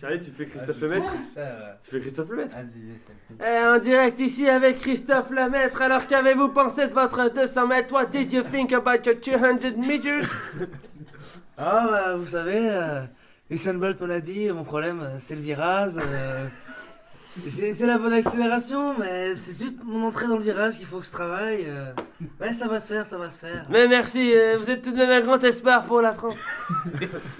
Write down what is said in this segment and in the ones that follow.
Charlie, tu fais Christophe Ah, je Lemaitre sais faire. Tu fais Christophe Lemaitre Vas-y, essaie. Eh, en direct ici avec Christophe Lemaitre, alors qu'avez-vous pensé de votre 200 mètres What did you think about your 200 meters Ah, bah, vous savez, euh, Usain Bolt me l'a dit, mon problème, euh, c'est le virage. euh, j'ai- c'est la bonne accélération, mais c'est juste mon entrée dans le virage qu'il faut que je travaille. euh. Ouais, ça va se faire, ça va se faire. Mais merci, euh, vous êtes tout de même un grand espoir pour la France.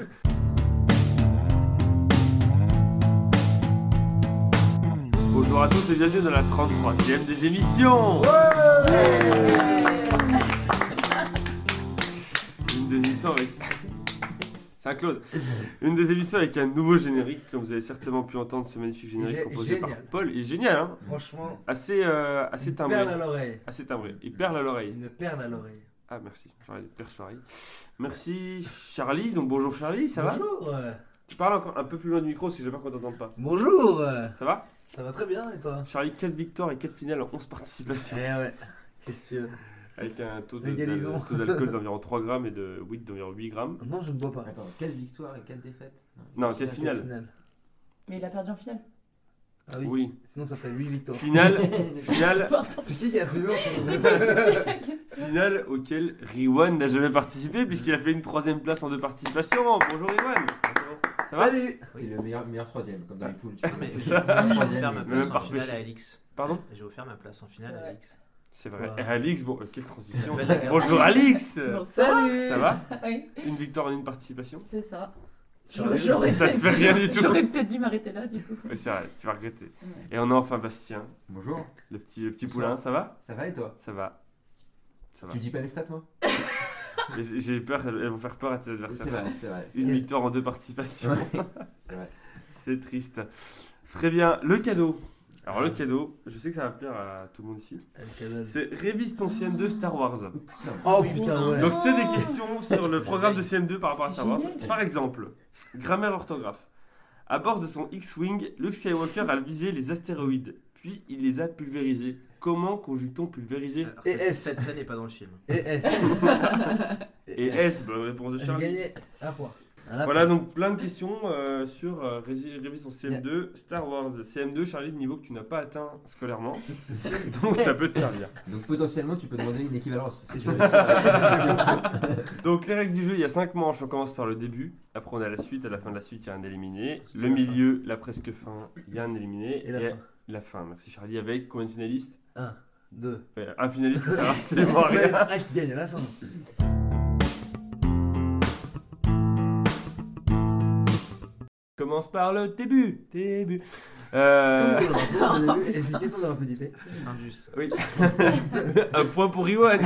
Bonjour à tous et bienvenue dans la 33e des émissions Une des émissions avec... C'est un Claude. Une des émissions avec un nouveau générique, comme vous avez certainement pu entendre ce magnifique générique Gé- proposé par génial. Paul. Il est génial, hein Franchement, Assez, euh, assez une timbré. perle à l'oreille. Assez timbré. Il perle à l'oreille. Une perle à l'oreille. Ah merci, j'aurais dû perche l'oreille. Merci Charlie, donc bonjour Charlie, ça va Bonjour. euh, Tu parles encore un peu plus loin du micro si j'ai peur qu'on t'entende pas. Bonjour. euh, Ça va Ça va très bien et toi Charlie, 4 victoires et 4 finales en 11 participations. Eh ouais. Qu'est-ce que tu veux Avec un taux de- Égalisons. de- taux d'alcool d'environ 3 grammes et de weed d'environ 8 grammes. Non, je ne bois pas. Attends, 4 victoires et 4 défaites Non, La quelle finale finale. Mais il a perdu en finale. Ah oui. Oui. Sinon, ça fait 8 victoires. Finale, finale, Pardon, C'est qui qui a fait mieux j'ai pas écouté la question. finale auquel Riwan n'a jamais participé puisqu'il a fait une troisième place en deux participations. Bonjour Riwan Ça va Salut. C'est le meilleur, meilleur troisième, comme dans les poules. Mais Ah, c'est ça. J'ai offert ma Même place en par finale péché. à Alix. Pardon J'ai offert ma place en finale C'est à vrai. Alix. C'est vrai. Wow. Et Alix, bon, euh, quelle transition. Belle guerre. Bonjour Alix Salut. Ça va Oui, Une victoire et une participation c'est ça. J'aurais- J'aurais Ça se peut-être- fait rien du tout. J'aurais peut-être dû m'arrêter là, du coup. Oui, c'est vrai, tu vas regretter. Ouais. Et on a enfin Bastien, Bonjour, le petit, le petit Bonsoir. poulain, ça va ça va et toi Ça va. Ça va. Tu dis pas les stats, moi J'ai j'ai peur, elles vont faire peur à tes adversaires. C'est vrai, c'est vrai. Une c'est- victoire en deux participations. C'est vrai. C'est triste. Très bien, le cadeau. Alors, le cadeau, je sais que ça va plaire à tout le monde ici. C'est Révise ton CM2 Star Wars. Oh putain, ouais. Donc, c'est des questions sur le programme de CM2 par rapport à C'est Star Wars. génial. Par exemple, grammaire orthographe. À bord de son X-Wing, Luke Skywalker a visé les astéroïdes, puis il les a pulvérisés. Comment conjugue-t-on pulvériser Alors, Et cette- S. Cette scène n'est pas dans le film. Et S. Et S, bonne réponse de Eh, J'ai Charlie. gagné un point. Un Voilà point. donc plein de questions euh, sur euh, Rési- révision CM2, Star Wars. CM2, Charlie, de niveau que tu n'as pas atteint scolairement, donc ça peut te servir. Donc potentiellement, tu peux demander une équivalence. Si tu réussis à- Donc les règles du jeu, il y a 5 manches, on commence par le début, après on a la suite, à la fin de la suite, il y a un éliminé, le milieu, la presque fin, il y a un éliminé, Et la fin. la fin. Merci Charlie, avec combien de finalistes Deux. Ouais, euh, Un finaliste, ça sert absolument à Ouais, rien. un qui gagne à la fin. Euh. Commence par le début, début. Euh, Comme pour le rapport, au début, et c'est une question de rapidité. Indus. un point pour Iwan.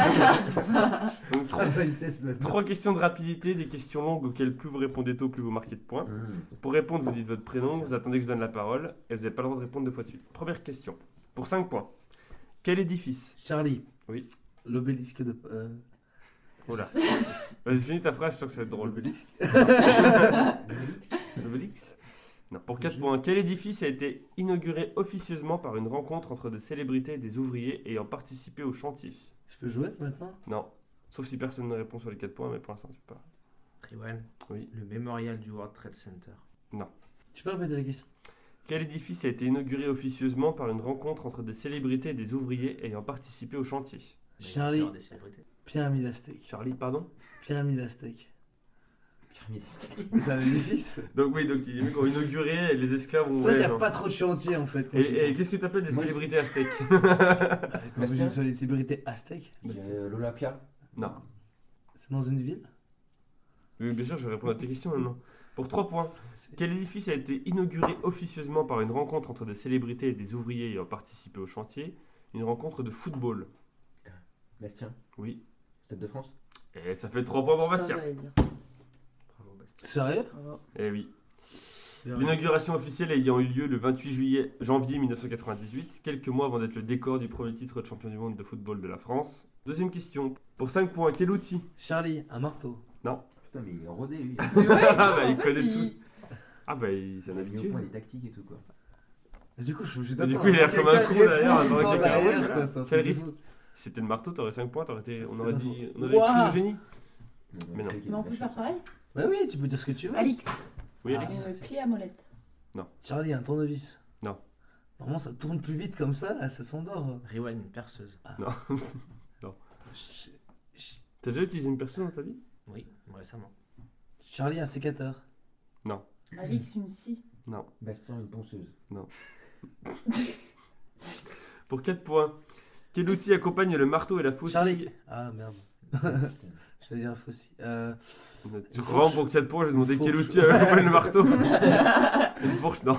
Donc, Ça pas une test note. Trois questions de rapidité, des questions longues auxquelles plus vous répondez tôt, plus vous marquez de points. Hmm. Mmh. Pour répondre, vous dites votre prénom, vous attendez que je donne la parole, et vous n'avez pas le droit de répondre deux fois de suite. Première question, pour 5 points. Quel édifice Charlie. Oui. L'obélisque de. euh, Oh là. Vas-y, finis ta phrase, je sens que ça va être drôle. L'obélisque. Obélix Non, pour 4 points. Quel édifice a été inauguré officieusement par une rencontre entre des célébrités et des ouvriers ayant participé au chantier Je peux jouer maintenant Non. Sauf si personne ne répond sur les 4 points, mais pour l'instant, tu peux pas. Triwan. Oui. Le mémorial du World Trade Center. Tu peux répéter la question Quel édifice a été inauguré officieusement par une rencontre entre des célébrités et des ouvriers ayant participé au chantier Mais Charlie. l'heure des célébrités. Pyramide aztèque. Charlie, pardon Pyramide aztèque. Pyramide aztèque. C'est un édifice Donc oui, donc il y a ont inauguré et les esclaves ont... C'est vrai qu'il n'y a ouais, pas trop de chantier en fait. non. Et, et qu'est-ce que t'appelles des Moi, je- célébrités aztèques Quand je dis sur les célébrités aztèques, Il y a, euh, L'Olympia. Non. c'est dans une ville Oui, bien sûr, je vais répondre à tes questions maintenant. Pour 3 points, C'est- quel édifice a été inauguré officieusement par une rencontre entre des célébrités et des ouvriers ayant participé au chantier Une rencontre de football. Bastien. Oui. Stade de France. Et Eh, ça fait 3 points pour Putain, Bastien. j'allais dire ça aussi. Bravo, Bastien. Sérieux Bravo. Eh oui. L'inauguration officielle ayant eu lieu le 28 juillet, janvier 1998, quelques mois avant d'être le décor du premier titre de champion du monde de football de la France. Deuxième question. Pour 5 points, quel outil Charlie, un marteau. Putain, mais il est rodé, lui. Mais ouais, Ah, non, bah, en il fait, connaît il- Ah bah, il Il s'en a mis au habitué. point les tactiques et tout, quoi. Et du coup, je suis Du coup, il a l'air comme un con, d'ailleurs, avant qu'il Dans y ait un- l'arrière, Ouais, quoi. C'est un c'est le truc risque. de fou. Si C'était le marteau, t'aurais 5 points, t'aurais été... on C'est aurait pas dit faux. on aurait cru Ouah le génie. Non, Mais non. après, il y a Mais on de la peut faire chance. pareil Bah oui, tu peux dire ce que tu veux. Alix, Oui, Ah. Alex euh, clé à molette. Charlie, un tournevis. Non. Normalement, ça tourne plus vite comme ça, là, ça s'endort. Rewind, une perceuse. Ch- ch- T'as déjà utilisé une personne dans ta vie Oui, récemment. Charlie, un sécateur. Alix, une scie. Bastien, une ponceuse. Pour 4 points. Quel outil accompagne le marteau et la faucille Charlie. Ah merde, Putain. j'allais dire la faucille. Euh, Tu Vraiment, pour 4 points, j'ai demandé Une quel fourche. outil accompagne le marteau. Une fourche, non.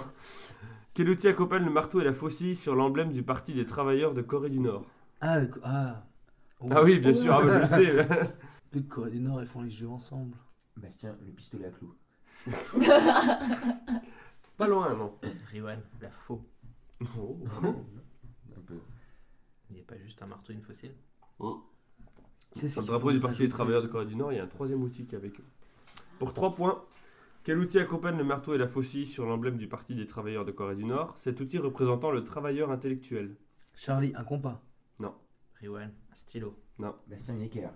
Quel outil accompagne le marteau et la faucille sur l'emblème du Parti des travailleurs de Corée du Nord Ah, le co- ah. Oh, Ah oui, bien sûr, ah, bah, je sais. Plus de Corée du Nord, ils font les jeux ensemble. Bastien, le pistolet à clous. Pas loin, non. Rewind, la faux. Oh. Un peu. Il n'y a pas juste un marteau et une fossile C'est Sur le drapeau du Parti des travailleurs de Corée du Nord, il y a un troisième outil qui est avec eux. Pour 3 points, quel outil accompagne le marteau et la faucille sur l'emblème du Parti des travailleurs de Corée du Nord Cet outil représentant le travailleur intellectuel. Charlie, un compas. Rewind, un stylo. Bastien, une équerre.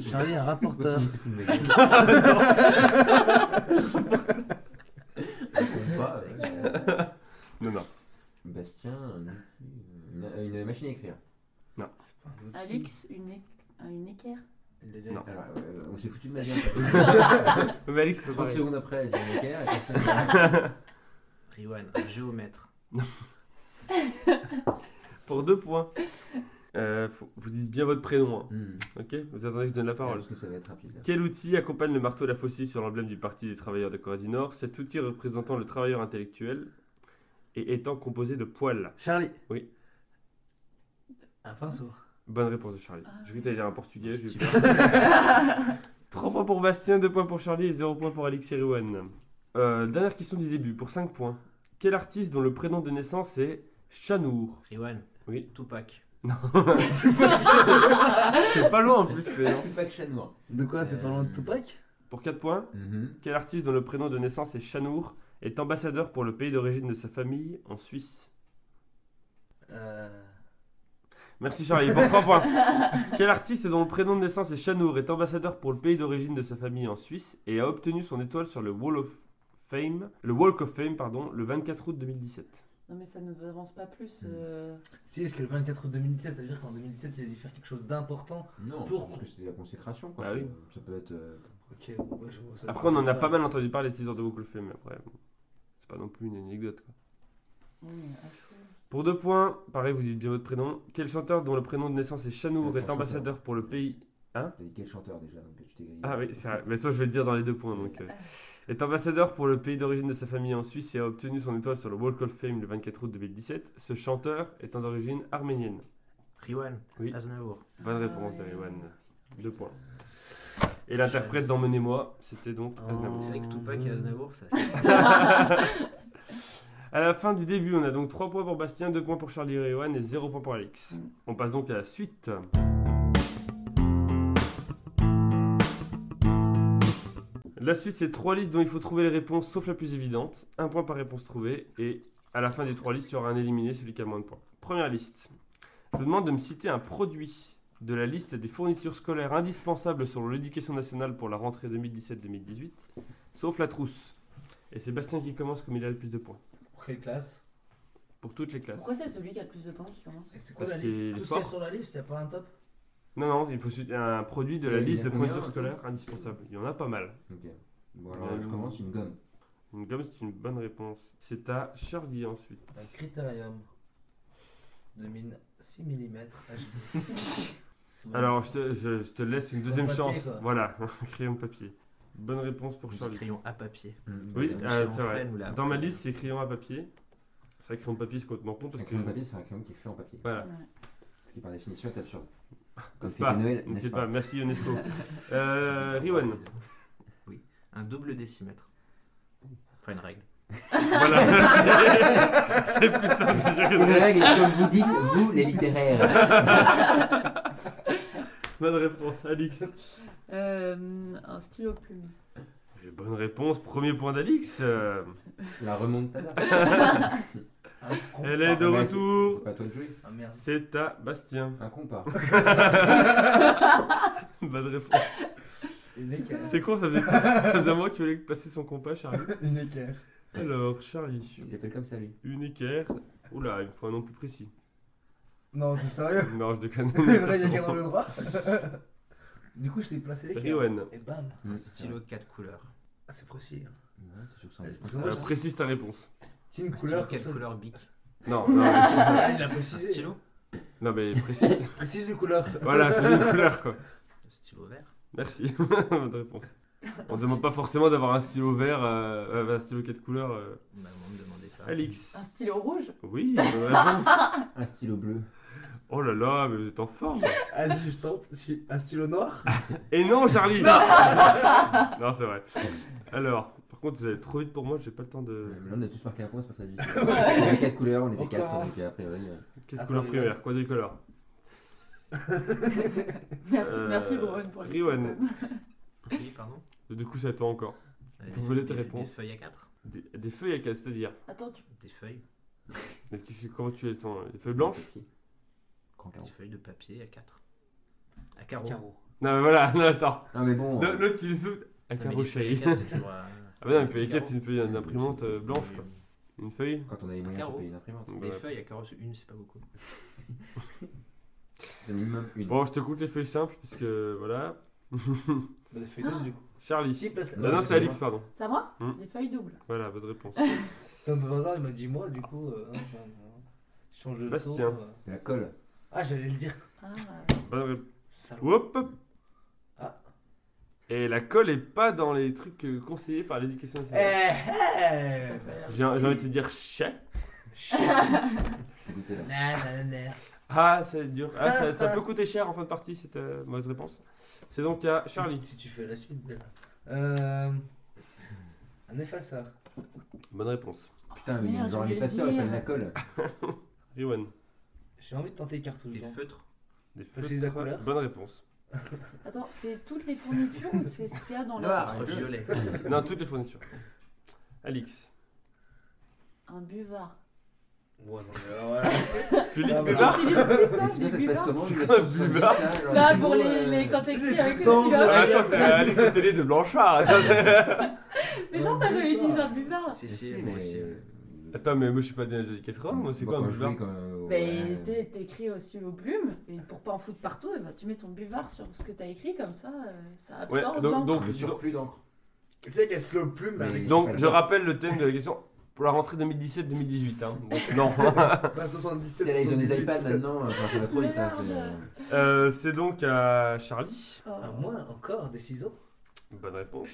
Charlie, un rapporteur. Il se fout de ma gueule. Ah, Je comprends pas, euh, Non, non. Bastien, un outil, euh, une, une machine à écrire. Alix, une, é- un- une équerre. Il l'a dit. Non. Alors, euh, on s'est foutu de ma gueule. Mais Alix, c'est 30 pareil. secondes après, j'ai une équerre et personne- Rewind, un géomètre. Pour 2 points. Euh, faut- vous dites bien votre prénom, hein, Hmm. ok Vous attendez que je donne la parole. Parce que ça va être rapide. là. Quel outil accompagne le marteau et la faucille sur l'emblème du Parti des travailleurs de Corée du Nord Cet outil représentant le travailleur intellectuel et étant composé de poils. Charlie. Oui. Un pinceau. Bonne réponse de Charlie. Ah. Je vais t'aller dire un portugais. Stylé. 3 points pour Bastien, 2 points pour Charlie et 0 points pour Alix et Rowan. Euh, dernière question du début, pour 5 points. Quel artiste dont le prénom de naissance est Chanour Rewind, Oui. Tupac. C'est pas loin en plus. mais non. Tupac Chanour. De quoi C'est pas loin de Euh, Tupac Pour 4 points, Mhm. Quel artiste dont le prénom de naissance est Chanour est ambassadeur pour le pays d'origine de sa famille en Suisse euh... Merci Charlie, pour 3 points. Quel artiste dont le prénom de naissance est Chanour est ambassadeur pour le pays d'origine de sa famille en Suisse et a obtenu son étoile sur le Wall of Fame, le Walk of Fame pardon, le 24 août 2017 Non, mais ça ne nous avance pas plus. euh. Si, parce que le 24 août 2017, ça veut dire qu'en 2017, il a dû faire quelque chose d'important. Non, je Pour- pense que c'était la consécration. Quoi. Ah oui. Ça peut être. euh, Ok, bon, bah, je vois ça. Après on en a pas mal entendu parler de ces heures de Walk of Fame, mais après bon, c'est pas non plus une anecdote. quoi. Mmh, ah, chou. Pour 2 points, pareil vous dites bien votre prénom. Quel chanteur dont le prénom de naissance est Chanour est Chanteur. ambassadeur pour le pays T'as dit quel chanteur déjà donc tu t'es grillé. Ah oui, c'est vrai. Mais ça, je vais le dire dans les deux points. Donc, euh, Est ambassadeur pour le pays d'origine de sa famille en Suisse et a obtenu son étoile sur le Walk of Fame le 24 août 2017, ce chanteur étant d'origine arménienne. Rewind, Oui. Aznavour. Bonne Ah réponse, ouais. Ewan. Deux points. Et l'interprète d'Emmenez-moi, c'était donc Aznavour. Oh. C'est vrai que Tupac et Aznavour, ça. À la fin du début, on a donc 3 points pour Bastien, 2 points pour Charlie et Ewan et 0 points pour Alex. On passe donc à la suite. La suite, c'est trois listes dont il faut trouver les réponses sauf la plus évidente. Un point par réponse trouvée. Et à la fin des trois listes, il y aura un éliminé, celui qui a moins de points. Première liste. Je vous demande de me citer un produit de la liste des fournitures scolaires indispensables selon l'éducation nationale pour la rentrée 2017-2018, sauf la trousse. Et c'est Bastien qui commence comme il a le plus de points. Pour quelle classe Pour toutes les classes. Pourquoi c'est celui qui a le plus de points qui commence Et c'est quoi Parce la qu'il est liste Tout ce qu'il y a fort. sur la liste, y a pas un top Non, non, il faut su- un produit de la Il y a- il y a liste de combien, fournitures en tout scolaires indispensables. Il y en a pas mal. Ok. Euh, Bon, alors je commence une gomme. Une gomme, c'est une bonne réponse. C'est à Charlie ensuite. Un critérium de mine 6 mm Alors, je te, je- je te laisse une Crayon deuxième papier, chance. quoi. Voilà, crayon papier. Bonne réponse pour C'est Charlie. crayon à papier. Oui, Chez euh, c'est vrai. Renfren ou la- Dans ma liste, c'est crayon à papier. C'est vrai, crayon papier, c'est complètement con parce Un que. crayon de papier, c'est un crayon qui est fait en papier. Voilà, Ouais. Ce qui par définition est absurde. Comme n'est-ce fêter pas Noël, Je n'est-ce sais pas, pas, merci Ionesco. euh, Riwan. Oui, un double décimètre. Enfin, une règle. Voilà. c'est plus simple si j'ai rien Une de- règle, comme vous dites, vous les littéraires. Bonne réponse, Alix. Euh, un stylo plume. Et Bonne réponse, premier point d'Alix. Euh, La remontada. Un con- Elle est de Ah, mais retour. C'est pas toi de jouer. Ah merde. C'est à Bastien. Un compas. Bonne réponse. Une équerre. C'est con, ça faisait, ça faisait un mois qu'il voulait passer son compas, Charlie. Une équerre. Alors, Charlie, Il t'appelle comme ça, lui. une équerre. Oula, il me faut un nom plus précis. Non, t'es sérieux Non, je déconne. Il y a quelqu'un dans le droit Du coup, je t'ai placé l'équerre. Riwen. Et bam. Mmh, Stylo de 4 couleurs. Ah, c'est précis. hein. Ouais, t'as toujours ça en Euh, tête. parce que moi, Euh, je- précise ta réponse. C'est une Un couleur stylo, comme quelle ça. couleur bic Non, non, Ah, il a Un précisé. stylo non mais précise. Précise une couleur. Voilà, choisis une couleur quoi. Un stylo vert Merci, bonne réponse. On ne demande pas forcément d'avoir un stylo vert, euh, euh, un stylo 4 couleurs. euh. Bah, on me demandait ça. Alix. Un stylo rouge Oui, bonne réponse. Un stylo bleu. Oh là là, mais vous êtes en forme. Vas-y, je tente. Je suis- Un stylo noir Et non, Charlie Non, c'est vrai. Alors, par contre, vous allez trop vite pour moi, j'ai pas le temps de. Euh, Là, on a tous marqué un point, c'est pas très difficile. On avait quatre couleurs, on On était quatre, commence. donc a priori. euh, Quelle Attends, couleur il y a- primaire Quadricolore. Merci, Euh, merci Rowan pour les Rowan. photos. Oui, pardon Du coup, c'est à toi encore. Allez, Vous voulez tes des- réponses Des feuilles à 4 Des, des feuilles à casse, c'est-à-dire. Attends, tu... Des feuilles Mais qu'est-ce que- comment tu les sens Des feuilles blanches papier. Grand carreau. Des feuilles de papier à 4. À carreaux. Non, mais voilà, non, attends. Non, mais bon. Non, euh, L'autre qui les saute. Un Non, mais carreau les feuilles chéri. à quatre, c'est toujours, euh, Ah, bah non, une feuille à des 4, c'est une feuille carreaux. d'imprimante euh, blanche, quoi. Une feuille Quand on a les moyens, j'ai carreau. payé une imprimante. Bah, Des ouais. feuilles à carreaux, c'est une, c'est pas beaucoup. C'est minimum une. Bon, je te compte les feuilles simples, puisque voilà. Bah, des feuilles d'homme, du coup. Qui Charlie. place Ah non, c'est Alix, pardon. c'est à moi Hmm. Des feuilles doubles. Voilà, bonne réponse. Comme par hasard, il m'a dit moi, du coup. euh, hein, hein, hein. Je change de Bastien. tour, euh. De la colle. Ah, j'allais le dire. Ah, Bonne réponse. Salaud. Hop Ah. Et la colle est pas dans les trucs euh, conseillés par l'éducation Eh, nationale. eh, Merci. J'ai j'ai envie de te dire chais. euh, Chien. J'ai goûté là. Na, na, na, na. Ah, c'est dur. Ah, ça, ça peut coûter cher en fin de partie, cette euh, mauvaise réponse. C'est donc à Charlie. Si tu fais la suite, déjà. Euh, un effaceur. Bonne réponse. Putain, mais Merde, genre je voulais l'effaceur, le il dire. appelle la colle. Riwan. J'ai envie de tenter cartouche. Des blanc. feutres Des Précise la couleur. Bonne réponse. attends, c'est toutes les fournitures ou c'est ce qu'il y a dans le... Noir. Entre arrête. violets. Non, toutes les fournitures. Alix. Un buvard. Ouais, non, mais alors, voilà. Philippe Ah, voilà. Bézard. Tu utilises ça, Mais sinon, les buvards ça se passe comment C'est le quoi, 70, buvard là, genre, Bah, du pour coup, les, euh, les... quand t'es les petit avec trucs les dans- buvard. Ouais. Ah, attends, c'est Alix et Télé de Blanchard. Attends, c'est- Mais genre, t'as jamais utilisé un buvard C'est Si, si, mais- moi aussi. euh, Attends, mais moi je suis pas dans les années 80, moi c'est Bah, quoi un quand je buvard jouais, quand, euh, Mais ouais. t'é- t'écris aussi aux plumes, et pour pas en foutre partout, eh ben, tu mets ton buvard sur ce que t'as écrit, comme ça, euh, ça Ouais, absorbe donc- l'encre. donc- Le surplus d'encre. Tu sais qu'elle slow plume, mais Mais- avec Donc, pas je le- rappelle le thème de la question pour la rentrée 2017-2018. hein. Donc, non. pas 77. Là, ils ont des 78. iPads maintenant, euh, enfin, ça va trop vite. hein, c'est, euh, Euh, c'est donc à Charlie. Oh. Ah, moi, encore des ciseaux Bonne réponse.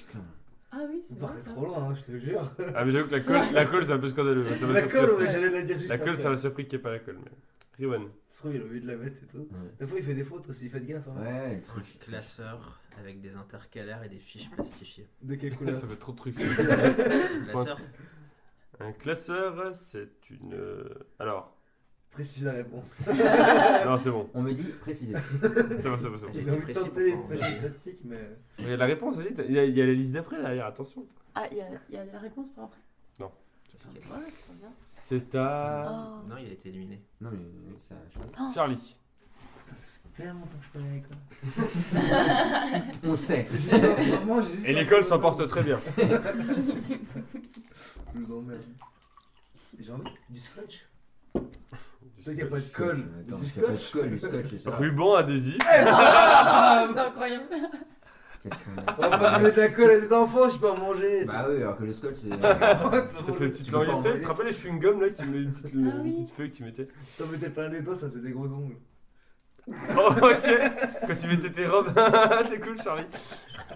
Ah oui, Vous c'est vrai, partez ça. trop loin, hein, je te le jure. Ah, mais j'avoue que la colle, la colle c'est un peu scandaleux. Ça m'a La surpris colle, aussi. ouais, j'allais la dire juste. La colle, après. ça m'a surpris qu'il n'y ait pas la colle. Mais... Riwan. Se trouve, il a oublié de la mettre, c'est tout. Ouais. Des fois, il fait des fautes aussi, faites gaffe. Hein. euh, Ouais, les Un trucs. classeur avec des intercalaires et des fiches plastifiées. De quelle couleur Ça fait trop de trucs. Un classeur un classeur, c'est une. euh, Alors. Précise la réponse. Ah. Non, c'est bon. On me dit préciser. Ça va, ça va, ça va. J'ai J'ai été envie de précis tenter les pourtant. pochettes plastiques, mais. Il y a la réponse aussi. t'as- Il y, a- il y a la liste d'après derrière, attention. Ah, il y, a- il y a la réponse pour après Non. Ah, voilà, trop bien. C'est à. Oh. Ah, Non, il a été éliminé. Non, mais ça. je sais pas. Ah. Charlie. Putain, ça fait tellement longtemps que je parlais à l'école. On sait. J'ai juste ça en ce moment, j'ai juste Et ça en l'école ce s'en moment. porte très bien. Je vous emmerde. J'ai envie du scotch. Toi, y a pas de Attends, colle. Du parce qu'il y a pas de scotch. colle, du scotch, c'est ça. Ruban adhésif. Ah, c'est incroyable. Qu'est-ce qu'on a On va pas donner de la colle à des enfants, je peux en manger. Bah oui, alors que le scotch, c'est. euh, Ça fait une petite Tu peux pas laurier. Tu sais, tu envoyer. te rappelles les chewing-gums là que tu mets une petite, Ah oui. une petite feuille que tu mettais T'en mettais plein les doigts, ça faisait des gros ongles. Oh, ok Quand tu mettais tes robes, c'est cool, Charlie.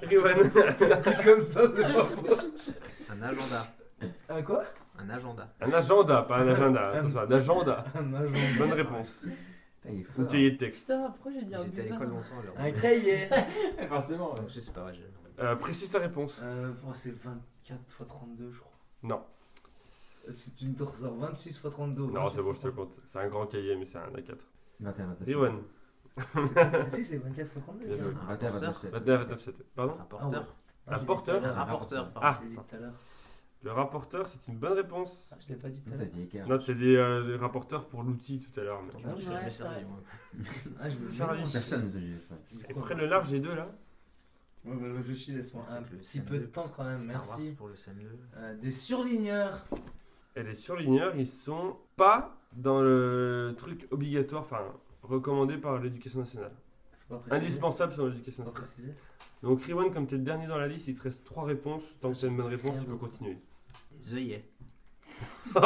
Riwan. Comme ça, c'est pas faux. Un agenda. Un Ah, quoi Un agenda. Un agenda, pas un agenda. Attention, un agenda. Un agent. Bonne réponse. Putain, il est fort. Ou cahier de texte. Putain, pourquoi j'ai dit un J'étais à l'école buvard longtemps alors. Un cahier. Eh, Forcément. Donc, Je sais pas, ouais, j'ai- Ah Euh, précise ta réponse. Euh, oh, c'est 24 x 32, je crois. Non. Euh, C'est une dorseur 26 x Oh, 32. Non, c'est bon, je te 26 compte. C'est un grand cahier, mais c'est un A4. 21, 29. Riwan. x 32. Si, c'est 24 x 32. Bien tiens. joué. Un 21, 29. rapporteur. c'est- 29, 29, 7. Pardon Un porteur. Ah, je l'ai dit porteur. tout à Un l'heure. rapporteur, Ah. pardon. Je l'ai dit tout à l'heure. Le rapporteur, c'est une bonne réponse. Ah, Je l'ai pas dit tout à Non, T'as l'heure. dit écart. Non, c'est des, euh, des rapporteurs pour l'outil tout à l'heure. mais- Je me suis Ouais, jamais c'est vrai. servi, moi. Ah, je me Charlie. mélange. Personne nous a dit. je crois. Du Et coup, près euh, le large, j'ai deux là. Ouais, bah, réfléchis, laisse-moi C'est un que le petit CM2 peu de temps quand même, Star Wars merci. pour le CM2. Euh, des surligneurs. Et les surligneurs, ils sont pas dans le truc obligatoire, enfin recommandé par l'éducation nationale. Ah, Faut pas préciser. Indispensable selon l'éducation Faut pas nationale. préciser. Donc Riwan, comme t'es le dernier dans la liste, il te reste 3 réponses. Tant que t'as une bonne réponse, tu peux continuer. Zeuillet. J'avais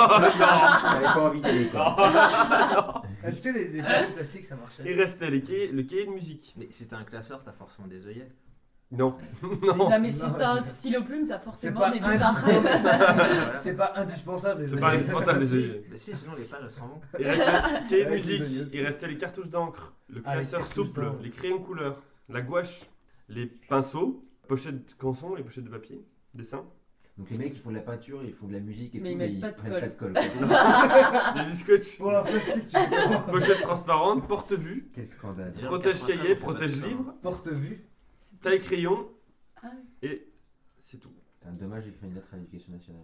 pas envie d'aller. quoi. Est-ce que les, les papiers plastiques ça marchait Il restait les cahiers, le cahier de musique. Mais si t'as un classeur, t'as forcément des œillets. Non. Non, non. mais si Non, t'as c'est- un stylo plume, t'as C'est forcément pas, des bivards. indispensable. c'est pas indispensable, les C'est amis. pas indispensable les œillets. Mais si, sinon les pages sont bons. Il restait le cahier de Avec Ah, les musique, oignons. il restait les cartouches d'encre, le Ah, les classeur cartouches souple, d'encre. les crayons de couleur, la gouache, les pinceaux, pochettes canson, les pochettes de papier, dessin, Donc les mecs, ils font de la peinture, ils font de la musique et Mais tout, ils mais mettent ils pas de prennent colle. pas de colle. quoi. les scotch, Pour leur plastique, tu fais comment pochettes transparentes, porte-vue, Quel scandale. Déjà, protège 80, cahier, on fait protège pas de livre, Porte-vue. C'est taille crayon Ah oui, et c'est tout. Putain, dommage, j'ai écrit une lettre à l'éducation nationale.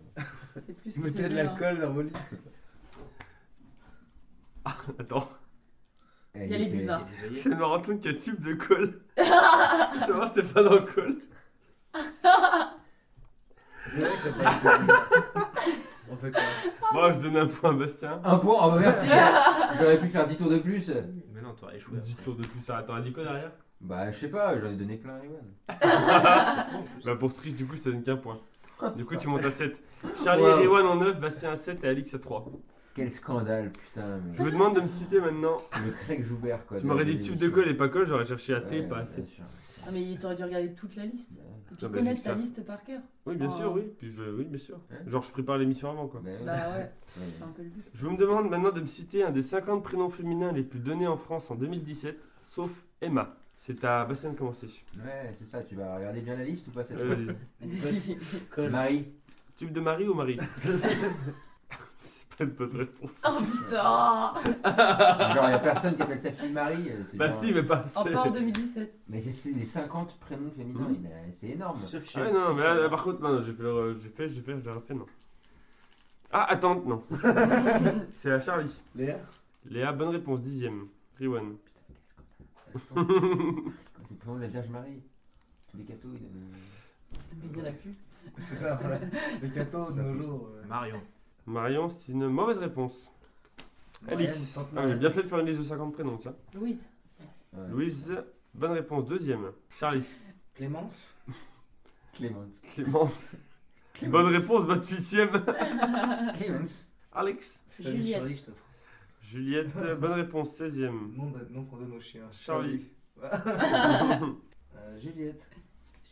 c'est plus que Mettez c'est de bien, hein. l'alcool dans vos listes. Attends, Eh, Il y a les était- buvards. Ah. Il y a des œillets. je viens de me rendre compte qu'il y a type de colle. Ça va, c'était pas dans le colle. C'est vrai que ça passe. c'est bizarre. On fait quoi Oh, Bon, je donne un point à Bastien. Un point, oh bah merci. J'aurais pu faire 10 tours de plus. Mais non, t'aurais échoué. 10 après. tours de plus, ça attends, elle dit quoi derrière Bah, je sais pas, j'en ai donné plein à Ewan. Bah pour Trish, du coup, je te donne qu'un point. Du coup, tu montes à 7. Charlie Wow. et Rewan en 9, Bastien à 7 et Alix à 3. Quel scandale, putain. Mais... Je me demande de me citer maintenant. Le Craig Joubert, quoi. Tu m'aurais dit tube de colle et pas colle, j'aurais cherché à Ouais, T et pas à C. bien sûr. Ah, mais t'aurais dû regarder toute la liste. Et puis Ah bah, connaître juste ta ça. liste par cœur. Oui, bien Oh. sûr, oui. Puis je, oui, bien sûr. Hein Genre, je prépare l'émission avant, quoi. Bah, ouais. Bah ouais, Ouais. c'est un peu le but. Je me demande maintenant de me citer un des 50 prénoms féminins les plus donnés en France en 2017, sauf Emma. C'est à Bastien de commencer. Ouais, c'est ça, tu vas regarder bien la liste ou pas cette Euh, fois vas-y. Colle. Marie, tube de Marie ou Marie C'est pas une bonne Ah, réponse. Oh putain genre y a personne qui appelle sa fille Marie. euh, Ah. c'est Bah genre- si, mais pas On assez. part Oh, en 2017. Mais c'est- c'est les 50 prénoms féminins, Mhm. il a- c'est énorme. sûr que je Ah ouais, non, mais là, là, par contre, non, j'ai fait, le- j'ai fait, j'ai fait, j'ai refait, non. Ah, attends, non. C'est à Charlie. Léa Léa, bonne réponse, dixième. Rewan. Attends. C'est le prénom de la Vierge Marie. Tous les cathos. ils, euh, Mais il y en a plus. C'est ça, voilà. Les 14 de nos jours. euh, Marion. Marion, c'est une mauvaise réponse. Alix. Marianne, Ah, j'ai bien fait de faire une liste de 50 prénoms, tiens. Louise. ouais. Louise, bonne réponse, deuxième. Charlie. Clémence Clémence. Clémence. Bonne réponse, 28ème. Clémence. Alex. Si t'as vu Juliette. Charlie, je t'offre. Juliette, euh, bonne réponse, 16ème. Nom, de- nom qu'on donne aux chiens. Charlie. Euh, Juliette.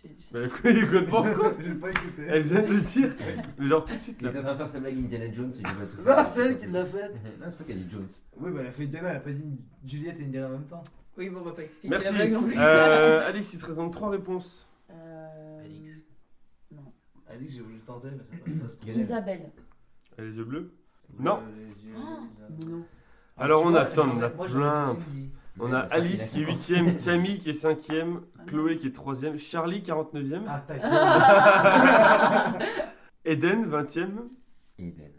J'ai- j'ai- Bah, écoute, il compte pas encore. Je l'ai pas écouté. Elle vient de le dire. Mais genre tout de suite, Il là. était en train de faire sa blague Indiana Jones. Il va tout Non, faire. c'est elle qui l'a faite. Non, c'est toi qui as dit Jones. Oui, bah elle a fait Indiana, elle a pas dit Juliette et Indiana en même temps. Oui, bon, on va pas expliquer Merci. la blague non plus. Euh, Alex, il te reste donc 3 réponses. Euh, Alix. Alix, j'ai voulu tenter, mais ça passe pas. Galère. Isabelle. Elle a les yeux bleus. Non. Euh, les yeux, Ah. les yeux. Non. Ah, Alors, tu on vois, attend, j'aurais- on a moi, j'aurais dit plein. Cindy. On a Ouais, bah, ça, il Alice qui est cinquante. 8ème, Camille qui est 5ème, Chloé qui est 3ème, Charlie 49ème, Ah, ta gueule. Ah, Eden 20ème, Eden.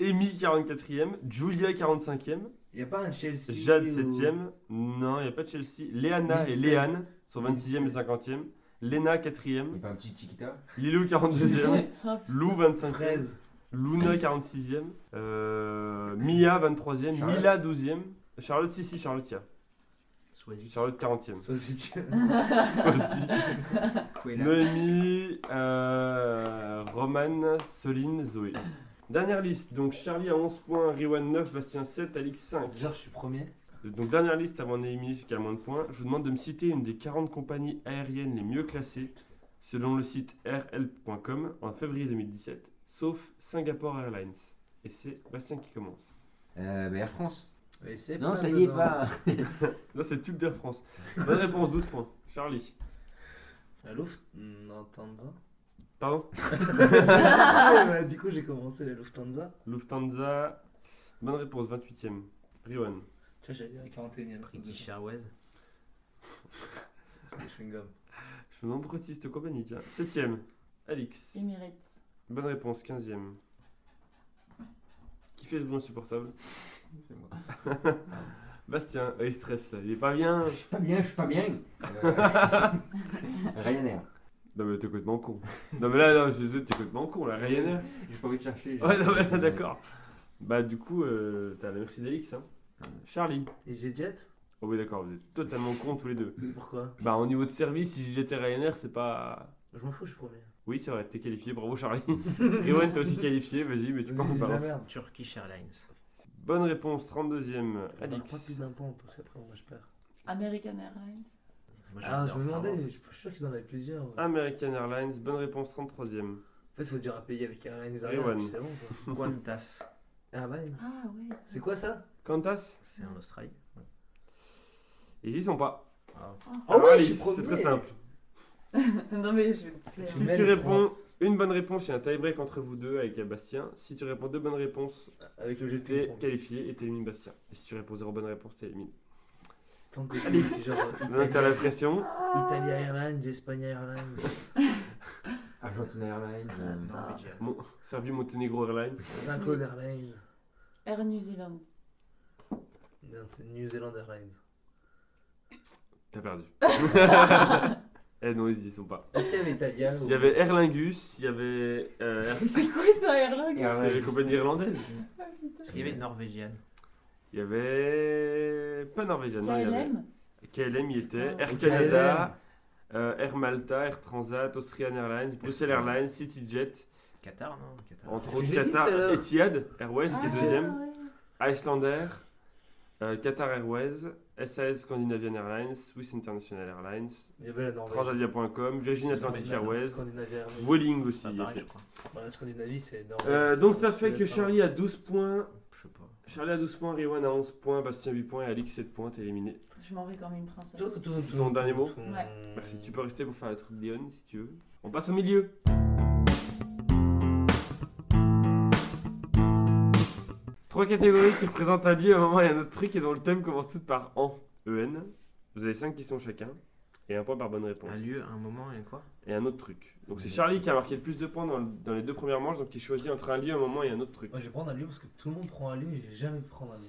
Amy 44ème, Julia 45ème, Y a pas un Chelsea. Jade ou- 7ème, non, il n'y a pas de Chelsea, Léana et Lindsay. Léane sont 26ème et Lindsay. 50ème, Lena Il y a 4ème, pas un petit Chiquita Lilou 42ème, Ah, putain. Lou 25ème, Fraise. Luna 46ème, euh, Mia 23ème, Charlotte. Mila 12ème, Charlotte, si, si, Charlotte, il y a. Soisy. Charlotte 40ème. Sausage. Aussi. Cuella. Noémie, euh, Roman, Soline, Zoé. Dernière liste, donc Charlie à 11 points, Riwan 9, Bastien 7, Alix 5. Genre, je suis premier. Donc dernière liste avant d'éliminer celui qui a le moins de points. Je vous demande de me citer une des 40 compagnies aériennes les mieux classées selon le site airhelp.com en février 2017, sauf Singapore Airlines. Et c'est Bastien qui commence. euh, bah Air France. Mais c'est Non, pas ça y est, dedans. pas. Là c'est Tube d'Air France. Bonne réponse, 12 points. Charlie. La Lufthansa. Pardon Bah, du coup, j'ai commencé la Lufthansa. Lufthansa. Bonne réponse, 28ème. Riwan. Tu vois, j'allais à la 41ème. British Airways. C'est le chewing-gum. Je me demande pourquoi tu dis cette compagnie, tiens. 7ème. Alix. Emirates. Bonne réponse, 15ème. Qui fait le bon insupportable C'est moi. Bastien, euh, il stress là, il est pas bien. Je suis pas bien, je suis pas bien. Euh, Ryanair. Non mais t'es complètement con. non mais là, non, je suis désolé, t'es complètement con là, Ryanair. J'ai pas envie de chercher. j'ai- Ouais, non mais là, d'accord. Bah du coup, euh, t'as la merci d'Alix, hein. Charlie. Et j'ai jet Oh oui d'accord, vous êtes totalement cons tous les deux. Pourquoi Bah au niveau de service, si j'étais Ryanair, c'est pas... Je m'en fous, je suis premier. Oui c'est vrai, t'es qualifié, bravo Charlie. Riwen t'es aussi qualifié, vas-y, mais tu pars en Vas-y, la balance. merde. Turkish Airlines. Bonne réponse, 32ème, On marque pas plus Alix. d'un point parce qu'après moi je perds. American Airlines. Moi, Ah, je j'adore me Star demandais, Wars. je suis sûr qu'ils en avaient plusieurs. Ah. ouais. American Airlines, bonne réponse, 33ème. En fait, faut dire un pays avec Airlines Taïwan. arrière, puis c'est bon quoi. Qantas. Airlines. Ah ouais. C'est quoi ça Qantas C'est en Australie. Ouais. Ils y sont pas. Ah. Ah Alors, ouais, Alix, je suis premier. c'est très simple. non mais je vais me plaire. Tu Si mets tu les réponds une bonne réponse, il y a un tie-break entre vous deux avec Bastien. Si tu réponds deux bonnes réponses, Avec le jeu de t'es ping-pong. qualifié et t'élimines Bastien. Et si tu réponds zéro bonne réponse, t'élimines. Tente des pays, c'est genre Maintenant que t'as la pression, Italia Airlines, Espagne Airlines. Argentina Airlines. euh, Norwegian. Serbie-Monténégro Airlines. Saint-Claude Airlines. Air New Zealand. Non, c'est New Zealand Airlines. T'as perdu. eh non, ils y sont pas. Est-ce qu'il y avait Italia ou... Il y avait Air Lingus, il y avait. euh, Air- Mais c'est quoi ça, Air Lingus c'est les compagnies irlandaises. Ah, putain. Est-ce qu'il y avait Norvégienne Il y avait. Pas norvégien, non, il y avait- KLM KLM y était, Ah, Putain. Air Canada, euh, Air Malta, Air Transat, Austrian Airlines, Bruxelles Airlines, CityJet, Qatar, non Qatar. Ah, C'est entre ce que autres j'ai dit tout à Qatar, l'heure. Etihad Airways qui est Ah, deuxième, ouais. Icelandair, euh, Qatar Airways, SAS Scandinavian Airlines, Swiss International Airlines, Il y avait la Norvège. Transavia.com, Virgin Atlantic Scandinavie- Airways, Scandinavie Airlines. Vueling aussi. Pas y pareil, était. je crois. Bah, la Scandinavie, c'est Norvège. Euh, donc ça fait hein. que Charlie a 12 points, Je sais pas. Charlie a 12 points, Riwan a 11 points, Bastien 8 points et Alix 7 points, t'es éliminé. Je m'en vais comme une princesse. Tout, tout, tout, Ton dernier mot Ouais. Merci, Bah, tu peux rester pour faire le truc d'Ion si tu veux. On passe au milieu. Trois catégories qui représentent un lieu, un moment et un autre truc et dont le thème commence toutes par en, en. Vous avez cinq questions chacun et un point par bonne réponse. Un lieu, un moment et quoi Et un autre truc. Donc c'est Charlie qui a marqué le plus de points dans, dans les deux premières manches, donc il choisit entre un lieu, un moment et un autre truc. Moi, je vais prendre un lieu parce que tout le monde prend un lieu et j'ai jamais de prendre un lieu.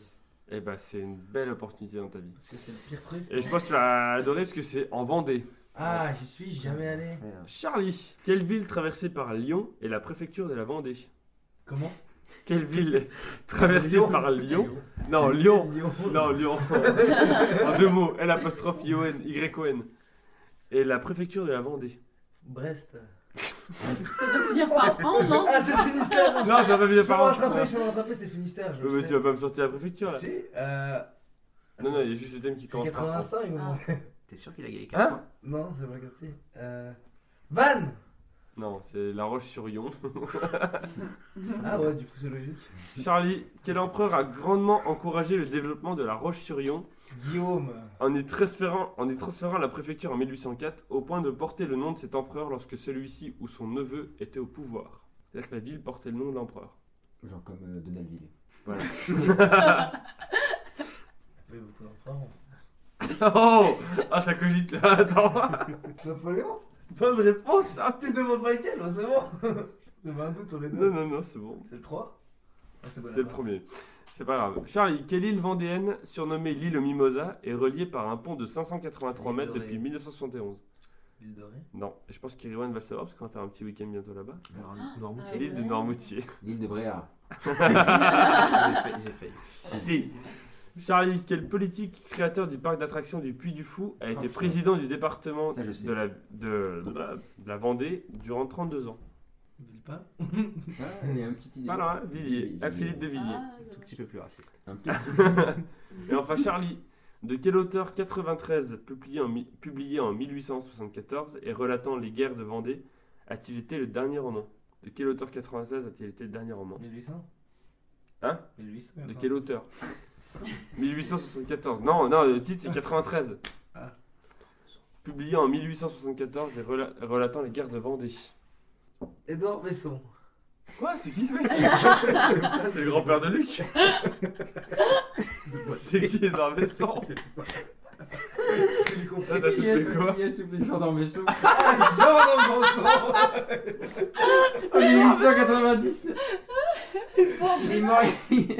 Et bah c'est une belle opportunité dans ta vie. Parce que c'est le pire truc. Et je pense que tu vas adorer parce que c'est en Vendée. Ah, j'y suis jamais allé. Merde. Charlie, quelle ville traversée par Lyon est la préfecture de la Vendée Comment Quelle ville traversée Lyon. par Lyon Non, Lyon. Non, Lyon. en deux mots, L apostrophe I-O-N, Y-O-N. Et la préfecture de la Vendée. Brest. Ça doit finir par an, non Ah, c'est le Finistère Non, ça va bien Je peux me par rattraper, je peux me rattraper, c'est le Finistère. Je Mais le tu sais. vas pas me sortir la préfecture là C'est. euh, Non, non, attends, il y a juste le thème qui C'est commence par. 85 au moins. T'es sûr qu'il a gagné Ah, Hein 4 points Non, c'est pas le quartier. Euh... Van Non, c'est La Roche-sur-Yon. Ah ouais, du coup, c'est logique. Charlie, quel empereur a grandement encouragé le développement de La Roche-sur-Yon Guillaume. en y transférant, en y transférant la préfecture en 1804 au point de porter le nom de cet empereur lorsque celui-ci ou son neveu était au pouvoir C'est-à-dire que la ville portait le nom de l'empereur. Genre comme euh, Donaldville. Il y a beaucoup d'empereurs. Oh Ah, ça cogite là, attends Napoléon Bonne réponse hein. Tu te demandes pas lequel, bah, c'est bon. J'avais un doute sur les Non, deux. non, non, c'est bon. C'est le Ah, 3 C'est le premier. C'est pas grave. Charlie, quelle île vendéenne, surnommée l'île aux Mimosas, est reliée par un pont de 583 mètres L'île de depuis Ré. 1971 L'île de Ré. Non, et je pense qu'Iriwan va le savoir parce qu'on va faire un petit week-end bientôt là-bas. Nor- Normoutier. Ah C'est l'île de ouais. Normoutier. L'île de Bréa. J'ai failli- J'ai failli. Ah, si Charlie, quel politique créateur du parc d'attractions du Puy du Fou a été président du département Ça, je sais. de la, de, de la, de la Vendée durant 32 ans Villepin. Ah, il y a un petit idée. Pas loin, Villiers, Villiers. Philippe de Villiers. Ah, Tout petit peu plus raciste. Un petit. Et enfin, Charlie, de quel auteur 93, publié en, mi- publié en 1874 et relatant les guerres de Vendée, a-t-il été le dernier roman De quel auteur 96 a-t-il été le dernier roman 1800 Hein 1800 De quel auteur 1874. Non, non, le titre c'est 93. Ah. Publié en 1874 et rela- relatant les guerres de Vendée. Edouard Besson. Quoi C'est qui ce mec C'est le grand-père de Luc C'est qui les investants J'ai compris. Ah, bah, Il c'est y a fait ce- quoi Il y a ce petit genre dans mes sous. Jean-Noël En 1890. bon, Il est mort. il-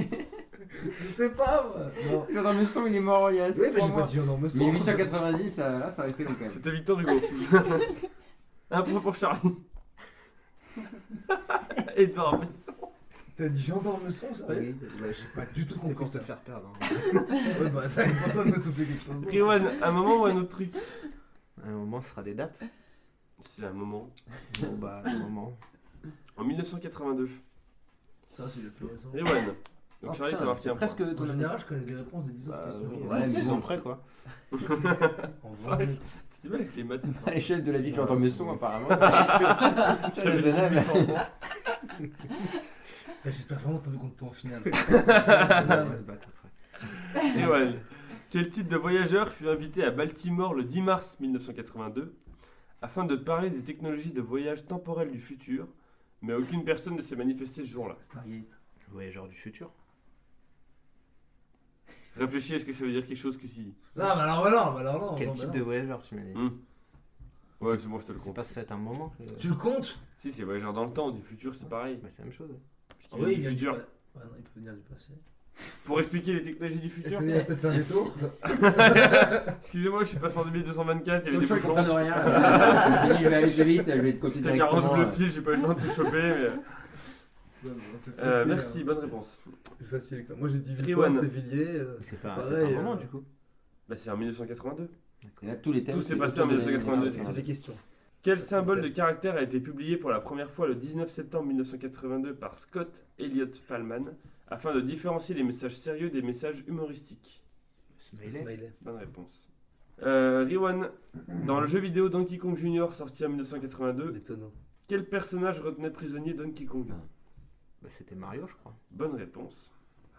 Je sais pas, moi. Non. Jordan Muston, il est mort il y a Oui, mais 3 j'ai pas mois. dit Jordan me Mais 890, ça- là, ça restait long quand même. C'était Victor Hugo. Un point pour Charlie. Edouard Besson. T'as dit Jordan me son, sérieux Oui, bah, je- J'ai pas du tout C'était compris pour se ça. faire perdre. hein Ouais, bah, t'avais pas besoin de me souffler quelque chose. Riwan, un moment ou un autre truc À un moment, ce sera des dates. C'est un moment. Bon, bah, à un moment. En 1982. Ça, c'est le plus récent. Riwan. Donc Oh, Charlie, putain, t'as marqué un point. Presque En ton général, je connais des réponses de 10 autres Bah, questions. Ouais, mais dix bon. ans près, quoi. En C'est vrai vrai, que- C'était mal avec les maths. ce soir. À l'échelle de la vie de Jordan Muston, apparemment, ça reste- c'est raisonnable. bah, j'espère vraiment tomber contre toi en finale. On va se battre après. Riwan. Quel titre de voyageur fut invité à Baltimore le 10 mars 1982 afin de parler des technologies de voyage temporel du futur, mais aucune personne ne s'est manifestée ce jour-là. Stargate. Voyageur du futur. Réfléchis, est-ce que ça veut dire quelque chose que tu dis Non, bah alors, bah non, bah alors, non. Quel non, bah type non. de voyageur, tu m'as dit Hmm. Ouais, c'est bon, je te le C'est compte. pas ça, Mmh. c'est un moment. que- Tu le comptes Si, c'est voyageur dans le temps, du futur, c'est pareil. Bah, c'est la même chose. Parce qu'il vient du vient futur. pa- Ouais, non, il peut venir du passé. Pour expliquer les technologies du Et futur. ça il va peut-être faire des tours. Excusez-moi, je suis passé en 2224, il y Faut avait chaud, des ils comprennent bouchons. rien. là. Je vais aller vite, je vais te copier J'étais 40 directement. double fil, j'ai pas eu le temps de te choper. Mais... Ouais, bon, c'est facile, Euh, hein. merci, bonne réponse. C'est facile, quoi. Moi, j'ai dit Villepin, Riwan. c'était Villiers. euh, C'est un, Pareil, Bah, c'est un moment, euh, du coup. Bah, c'est en 1982. Et là, tous les thèmes. Tout s'est c'est- passé en c'est- 1982, Ah, J'ai des questions. Quel symbole de caractère a été publié pour la première fois le 19 septembre 1982 par Scott Elliott Fallman afin de différencier les messages sérieux des messages humoristiques Smiley. Bonne réponse. Euh, Riwan, dans le jeu vidéo Donkey Kong Jr. sorti en 1982, Étonnant. Quel personnage retenait prisonnier Donkey Kong Bah, C'était Mario, je crois. Bonne réponse.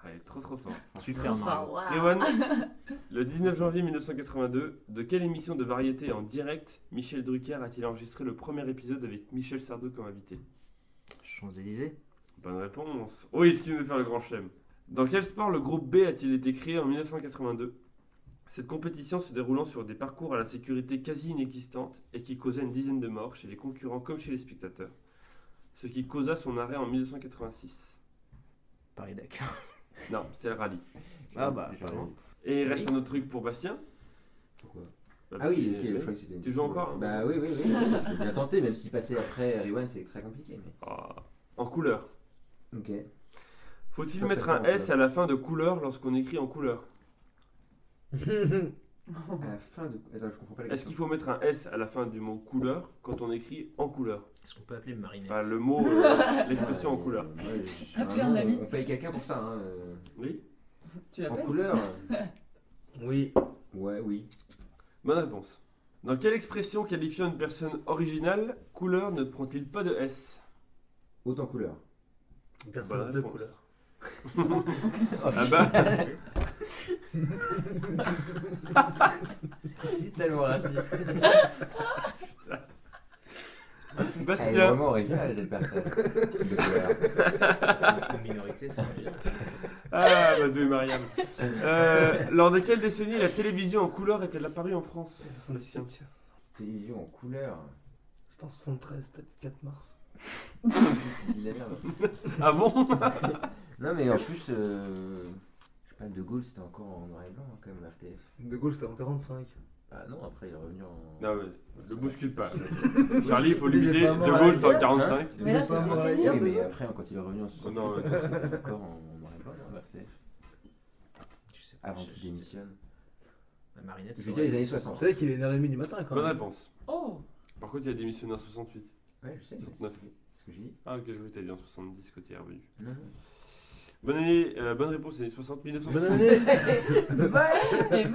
Ah, il est trop trop fort. Super Ah, Mario. waouh. Rewan, le 19 janvier 1982, de quelle émission de variété en direct Michel Drucker a-t-il enregistré le premier épisode avec Michel Sardou comme invité Champs-Élysées. Bonne réponse. Oh, Oui, ce qui nous fait faire le grand chelem. Dans quel sport le groupe B a-t-il été créé en 1982 Cette compétition se déroulant sur des parcours à la sécurité quasi inexistante et qui causa une dizaine de morts chez les concurrents comme chez les spectateurs. Ce qui causa son arrêt en 1986. Paris-Dakar. Non, c'est le rallye. Ah, bah, J'ai- pardon. Et il reste un autre truc pour Bastien. Pourquoi Bah, Ah parce oui, que- ok, je crois que c'était. Tu joues encore hein, euh, Bah oui, oui, oui. J'ai bien tenté, même si passer après Rewind, c'est très compliqué. mais- Ah, en couleur. Ok. Faut-il Pas mettre très un fort, S ça. à la fin de couleur lorsqu'on écrit en couleur À la fin de. Attends, je comprends pas la Est-ce qu'il question. faut mettre un S à la fin du mot couleur quand on écrit en couleur Est-ce qu'on peut appeler Marinette Enfin, le mot, euh, l'expression en Ouais, couleur. Ah, ouais, je- je- Appeler un vraiment, ami. Ah On paye quelqu'un pour ça. hein, euh, Oui Tu En l'appelles couleur Oui. Ouais, oui. Bonne réponse. Dans quelle expression qualifiant une personne originale, couleur ne prend-il pas de S Autant couleur. Bonne Personne de réponse. couleur. Ah bah, C'est tellement raciste. Elle est Bastien vraiment originale, cette personne. De couleur. C'est une minorité, c'est original. Ah, bah de Marianne. Euh, lors de quelle décennie la télévision en couleur est-elle apparue en France Bastien. Télévision en couleur. C'était en 73, c'était le 4 mars. Je dis de la merde. Ah bon Non, mais en plus, euh, je sais pas, De Gaulle, c'était encore en noir et blanc, hein, quand même, l'RTF. De Gaulle, c'était en 45. Ah non, après, il est revenu en. Non, mais Ah ne bouscule pas. Ouais, Charlie, il faut Il est l'imiter. pas mort De Gaulle, à t'es en 45. Mais là, C'est c'est pas décennie, vrai. hein. mais après, quand il est revenu en Oh 68, non, ouais. c'était encore en en noir et blanc, hein, l'RTF. Je sais pas, Avant je- qu'il démissionne. La Marinette. Je c'est veux dire, les années original. 60. Vous savez qu'il est 1h30 du matin quand Bonne même. réponse. Oh Par contre, il a démissionné en 68. Ouais, je sais. mais 69. c'est Ce que j'ai dit. Ah, ok, je croyais que t'avais dit en 70 quand il est revenu. Non, Bonne année, euh, bonne réponse, c'est 60 1960. Bonne année Ouais, et ouais.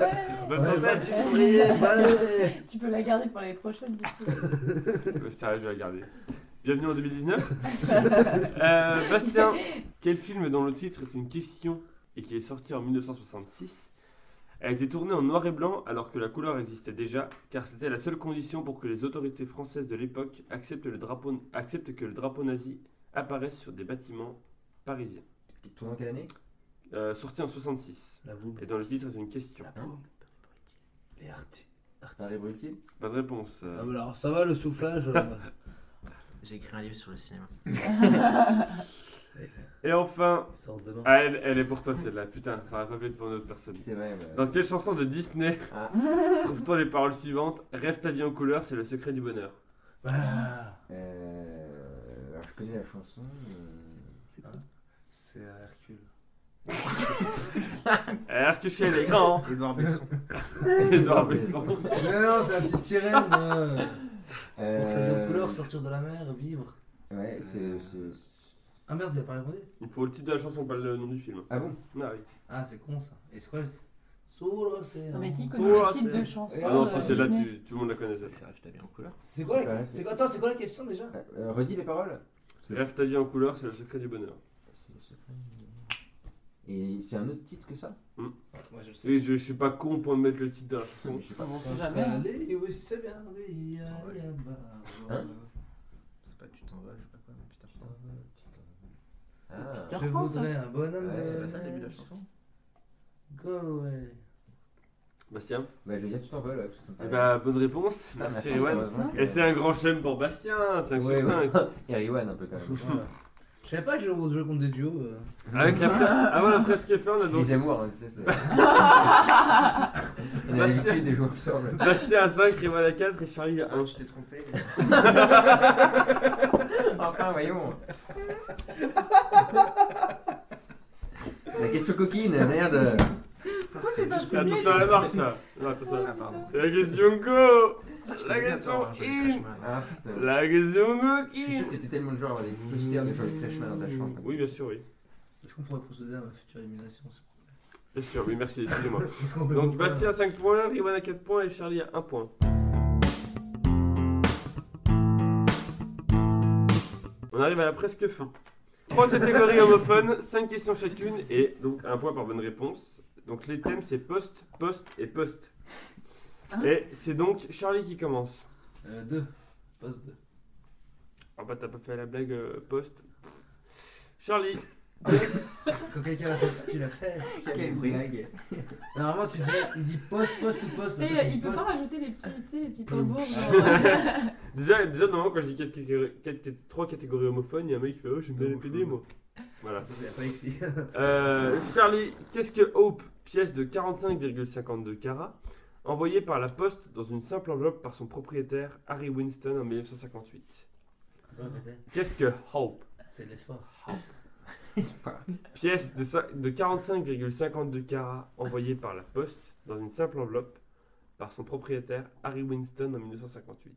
Bonne Ouais, année. bah, tu ouvrier, bonne année Tu peux la garder pour l'année prochaine, du coup. Ouais, Euh, Sérieux, je vais la garder. Bienvenue en 2019. Euh, Bastien, quel film dont le titre est une question et qui est sorti en 1966 a été tourné en noir et blanc alors que la couleur existait déjà, car c'était la seule condition pour que les autorités françaises de l'époque acceptent, le drapeau- acceptent que le drapeau nazi apparaisse sur des bâtiments parisiens. Il tourne en quelle année Euh, sorti en 66. La boum. Et dans le titre, c'est une question. La boum. Les arti- Paris artistes. Brutile Pas de réponse. euh. Ah, mais alors, ça va le soufflage euh, J'ai écrit un livre sur le cinéma. Et enfin, Il sort demain. ah, elle, elle est pour toi celle-là. Putain, ça aurait pas pu être pour une autre personne. C'est vrai, ouais. Dans quelle chanson de Disney Ah. trouve-t-on les paroles suivantes Rêve ta vie en couleur, c'est le secret du bonheur. Ah, Euh, alors, je connais la chanson. mais- c'est quoi C'est euh, Hercule. Artuchel est grand Edouard Besson. Edouard Besson. Non, non, c'est la petite sirène. euh. Euh, Pour sa vie en couleur, sortir de la mer, vivre. Ouais, c'est. c'est- c'est- Ah merde, vous avez pas répondu Il faut le titre de la chanson, pas le nom du film. Ah bon Ah oui. Ah, c'est con ça. Et c'est quoi le. hein, Sous l'océan. Non, mais qui Oh, connaît le c'est- titre de chanson Ah non, euh, si c'est là, Disney tu, tout le monde la connaissait. C'est rêve ta vie en couleur. C'est quoi, C'est la... pas- c'est quoi- Attends, c'est quoi la question déjà Euh, Redis les paroles Rêve ta vie en couleur, c'est le secret du bonheur. Et c'est un autre titre que ça Moi je le sais. Et je, je suis pas con pour mettre le titre de la chanson. Je sais pas. sait Ça jamais, hein. allait, oui, c'est bien, oui, allez, bah, voilà. Hein C'est pas tu t'envoles, je sais pas quoi, mais putain. Ah, Peter Je Pan, ça. voudrais un bonhomme Ouais, de C'est pas ça le début de la neige. chanson Go away. Bastien bah, je veux dire, tu t'envoles. ouais, parce que ça Eh me paraît- bah, bonne réponse. Putain, Merci, Ah, merci, Ewan. heureusement que- Et c'est un grand chelem pour Bastien, 5 Ouais, sur 5. ouais. Et Riwan, un peu quand même. Voilà. Je savais pas que je jouais contre des duos. euh. Avec la fre- Avant la fresque F1, on a C'est donc les amours, hein, tu sais. c'est- On a l'habitude de jouer ensemble. Bastien à 5, Rival à 4 et Charlie à 1. Je t'ai Oh, trompé. Enfin, voyons. La question coquine, merde. Pourquoi c'est pas C'est premier attention à la juste- marche, ça. Non, attention à la- Ah, pardon. C'est la question go La La question in Ah putain. La question go Je suis sûr qui que t'étais tellement de genre à avoir des posters de genre de Clashman dans ta chambre. Oui, bien sûr, oui. Est-ce qu'on pourrait procéder à ma future élimination s'il vous Bien sûr, oui, merci, excusez-moi. plaît Est-ce qu'on peut Donc faire- Bastien à 5 points, Riwan à 4 points et Charlie à 1 point. On arrive à la presque fin. 3 catégories homophones, 5 questions chacune et donc un point par bonne réponse. Donc les thèmes c'est poste, poste et poste. Hein Et c'est donc Charlie qui commence. Euh, deux. Poste 2. Ah bah t'as pas fait la blague euh, poste. Charlie, Quand quelqu'un l'a fait, tu l'as fait. Ah, Quelle blague. Normalement, tu dis, il dit poste, poste ou poste. mais Mais toi, tu euh, dis il peut poste. pas rajouter les petits, tu sais, les petits tambours. euh, déjà, déjà normalement quand je dis 3 catégories homophones, il y a un mec qui fait Oh j'aime bien les PD moi. Voilà. Ah, Ça, c'est pas ici. Euh, Charlie, qu'est-ce que Hope, pièce de 45,52 carats, envoyée par la poste dans une simple enveloppe par son propriétaire Harry Winston en 1958 Ouais, peut-être. Qu'est-ce que Hope, C'est l'espoir. pièce de, cin- de 45,52 carats, envoyée par la poste dans une simple enveloppe par son propriétaire Harry Winston en 1958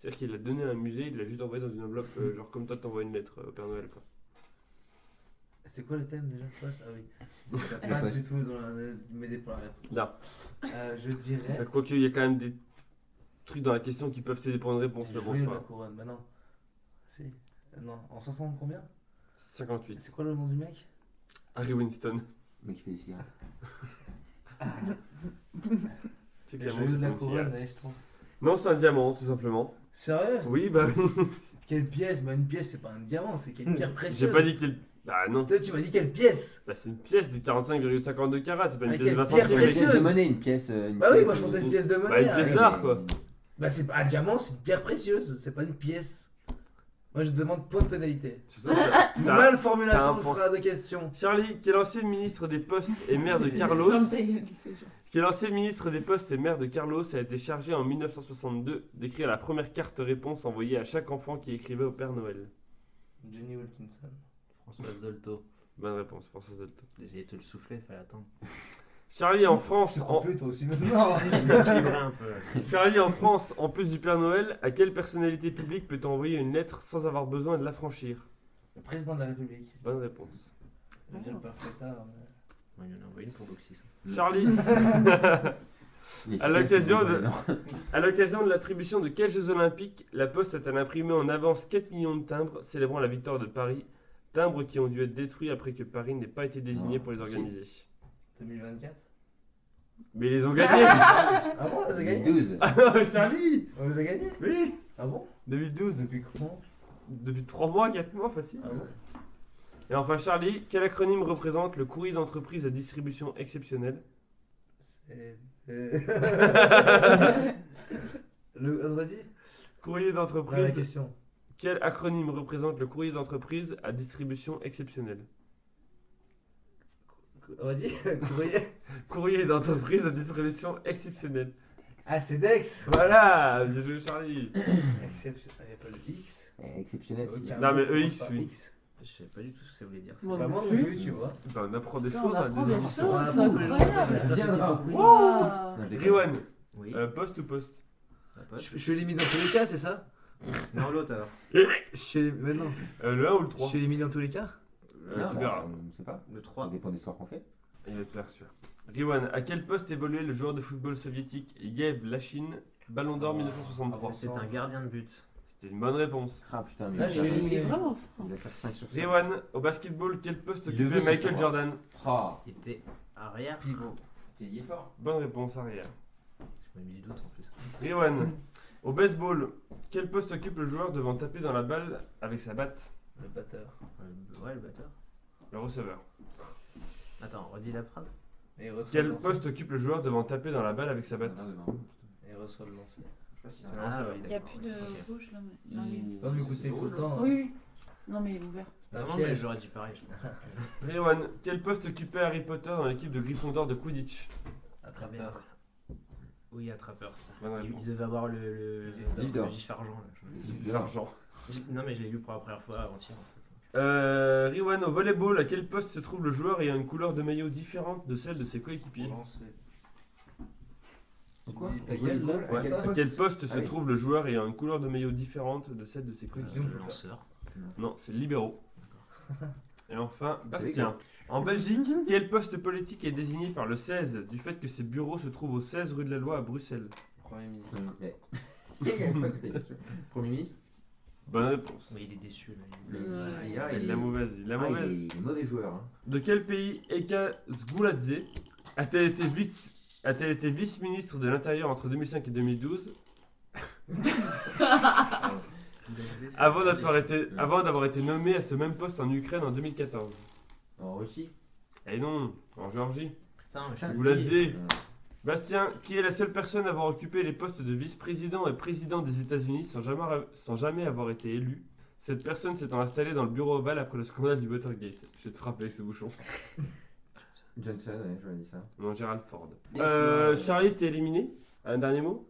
c'est-à-dire qu'il l'a donné à un musée, il l'a juste envoyé dans une enveloppe, euh, genre comme toi t'envoies une lettre euh, au Père Noël. Quoi. C'est quoi le thème déjà Poste Ah oui. T'as Le pas poste. du tout dans la- m'aider pour la réponse. Non. Euh, je dirais. Enfin, Quoique, il y a quand même des trucs dans la question qui peuvent t'aider pour une réponse, Le mais bon, joyau c'est de pas. la couronne, bah non. Si. Euh, Non, en 60 combien 58. C'est quoi le nom du mec Harry Winston. Mec, fait des cigarettes. C'est Le clairement, joyau c'est de la pas une couronne, cigarette. allez, je trouve. Non, c'est un diamant, tout simplement. Sérieux Oui, bah oui. Quelle pièce Bah une pièce, c'est pas un diamant, c'est quelle pierre précieuse. J'ai pas dit que. Bah non. Toi, tu m'as dit quelle pièce Bah, c'est une pièce de 45,52 carats, c'est pas une pièce Mais de quelle 20 pierre centimes. Une pièce de précieuse. monnaie, une pièce. euh, une Bah oui, pièce, moi je pensais à une pièce de Bah, monnaie. une hein. pièce ouais, d'art, mais- quoi. Bah c'est pas un diamant, c'est une pierre précieuse, c'est pas une pièce. Moi je demande point de pénalité. C'est ça, ça- ça- Mal t'as un formulation de point. phrase de question. Charlie, quel ancien ministre des Postes et maire de Carlos, quel ancien ministre des Postes et maire de Carlos a été chargé en 1962 d'écrire la première carte réponse envoyée à chaque enfant qui écrivait au Père Noël Johnny Wilkinson. Françoise Dolto. Bonne réponse, François Zoltan. J'allais te le souffler, fallait attendre. Charlie, en Je France, comprends en, plus toi aussi maintenant. Équilibrer un peu. Charlie, en France, en plus du Père Noël, à quelle personnalité publique peut-on envoyer une lettre sans avoir besoin de la franchir Le président de la République. Bonne réponse. Je veux dire le père Flétard, mais- Ouais, il y en a envoyé une pour Boxis. hein. Charlie, Mais c'est À quelle l'occasion pièce de- Ah, à l'occasion de l'attribution de quels Jeux Olympiques, la Poste a-t-elle imprimé en avance 4 millions de timbres célébrant la victoire de Paris Timbres qui ont dû être détruits après que Paris n'ait pas été désigné Non, pour les si. organiser. 2024 Mais ils les ont gagnés Ah Ah bon, on les a Les gagnés 12. Charlie On les a gagnés Oui Ah bon 2012 Depuis quand Depuis 3 mois, 4 mois, facile. Ah bon Et enfin, Charlie, quel acronyme représente le courrier d'entreprise à distribution exceptionnelle C'est. euh, le. On aurait dit Courrier Après la d'entreprise Ah, question. Quel acronyme représente le courrier d'entreprise à distribution exceptionnelle On va dire courrier. Courrier d'entreprise à distribution exceptionnelle. Ah, c'est Dex Voilà Bien joué, Charlie Exception. Il n'y a pas de X Eh, Exceptionnel. Ok, si. un Non, mais peu, on EX, parle oui. X. Je sais pas du tout ce que ça voulait dire. ça. Bon, Bah, moi non monsieur. plus, tu vois. Ben, on apprend des Putain, choses on hein, apprend des des enfants. choses. Ah, c'est bon, incroyable. mais- Viendra. Waouh. Non, je déconne. Riwan, Oui. bah, euh, poste ou poste la pote. Je, je suis éliminé dans tous les cas, c'est ça Non, l'autre alors. je suis, éliminé- mais non, Euh, Le 1 ou le je 3 suis éliminé dans tous les cas Euh, Non, tu bah, verras. on sait pas. Le Ça 3. dépend des histoires qu'on fait. Il va te plaire, celui-là. Riwan, à quel poste évoluait le joueur de football soviétique Yev Lachin, Ballon d'Or Ah, 1963 C'est un gardien de but. C'était une bonne réponse. Ah putain, mais Là, il je va- suis Il est éliminé. vraiment fort. il va faire 5 sur 5. Riwan, au basketball, quel poste Il occupait devait se Michael savoir. Jordan Ah, Il était arrière. pivot. T'es lié fort. Bonne réponse arrière. Je m'ai mis du doute en plus. Riwan, au baseball, quel poste occupe le joueur devant taper dans la balle avec sa batte Le batteur. Ouais, Euh, le- Ouais, le batteur. Le receveur. Attends, redis la phrase. Et il reçoit Quel le lancer. poste occupe le joueur devant taper dans la balle avec sa batte Ah, non, non. Et il reçoit le lancer. Je sais pas si- Ah, ouais, Il n'y a plus de rouge là. mais- non, oui. Pas de me coûter tout le temps. hein. hein. Oui, oui. Non, mais il est ouvert. C'est un Non, mais piège. j'aurais dit pareil. Je pense. Riwan, quel poste occupait Harry Potter dans l'équipe de Gryffondor de Quidditch Attrapeur. Oui, attrapeur, ça. Bonne Il, réponse. il devait avoir le. le, Livre d'or. le gif argent, là. je me dis. De l'argent. J'ai- Non, mais je l'ai lu pour la première fois avant-hier, en fait. Euh, Riwan, au volleyball, à quel poste se trouve le joueur ayant une couleur de maillot différente de celle de ses coéquipiers Pourquoi Il dit ta gueule, là, Ouais, comme ça. À quel poste se Ah oui. trouve le joueur ayant une couleur de maillot différente de celle de ses Ils ont coéquipiers pu Euh, le faire. lanceur. Non, c'est libéraux. Et enfin, C'est Bastien. En Belgique, quel poste politique est désigné par le 16 du fait que ses bureaux se trouvent au 16 rue de la Loi à Bruxelles Premier ministre. Mais- Il y a pas toutes les questions. Premier ministre Bonne réponse. Mais il est déçu, là. Il- le- Ouais. le gars, Il il- la mauvaise, il la ah, il mauvaise. est- il est mauvais joueur. hein. De quel pays Eka Sgouladze a-t-elle été vice- a-t-elle été vice-ministre de l'Intérieur entre 2005 et 2012 il a dit- avant il a d'avoir dit- été, avant d'avoir été nommée à ce même poste en Ukraine en 2014 En Russie Eh non, en Géorgie. Putain, mais je Vous l'avez dit. euh, dit. Bastien, qui est la seule personne à avoir occupé les postes de vice-président et président des États-Unis sans jamais, sans jamais avoir été élu Cette personne s'étant installée dans le bureau ovale après le scandale du Watergate. Je vais te frapper avec ce bouchon. Johnson, ouais, j'aurais dit ça. Non, Gerald Ford. Euh, Charlie, t'es éliminé Un dernier mot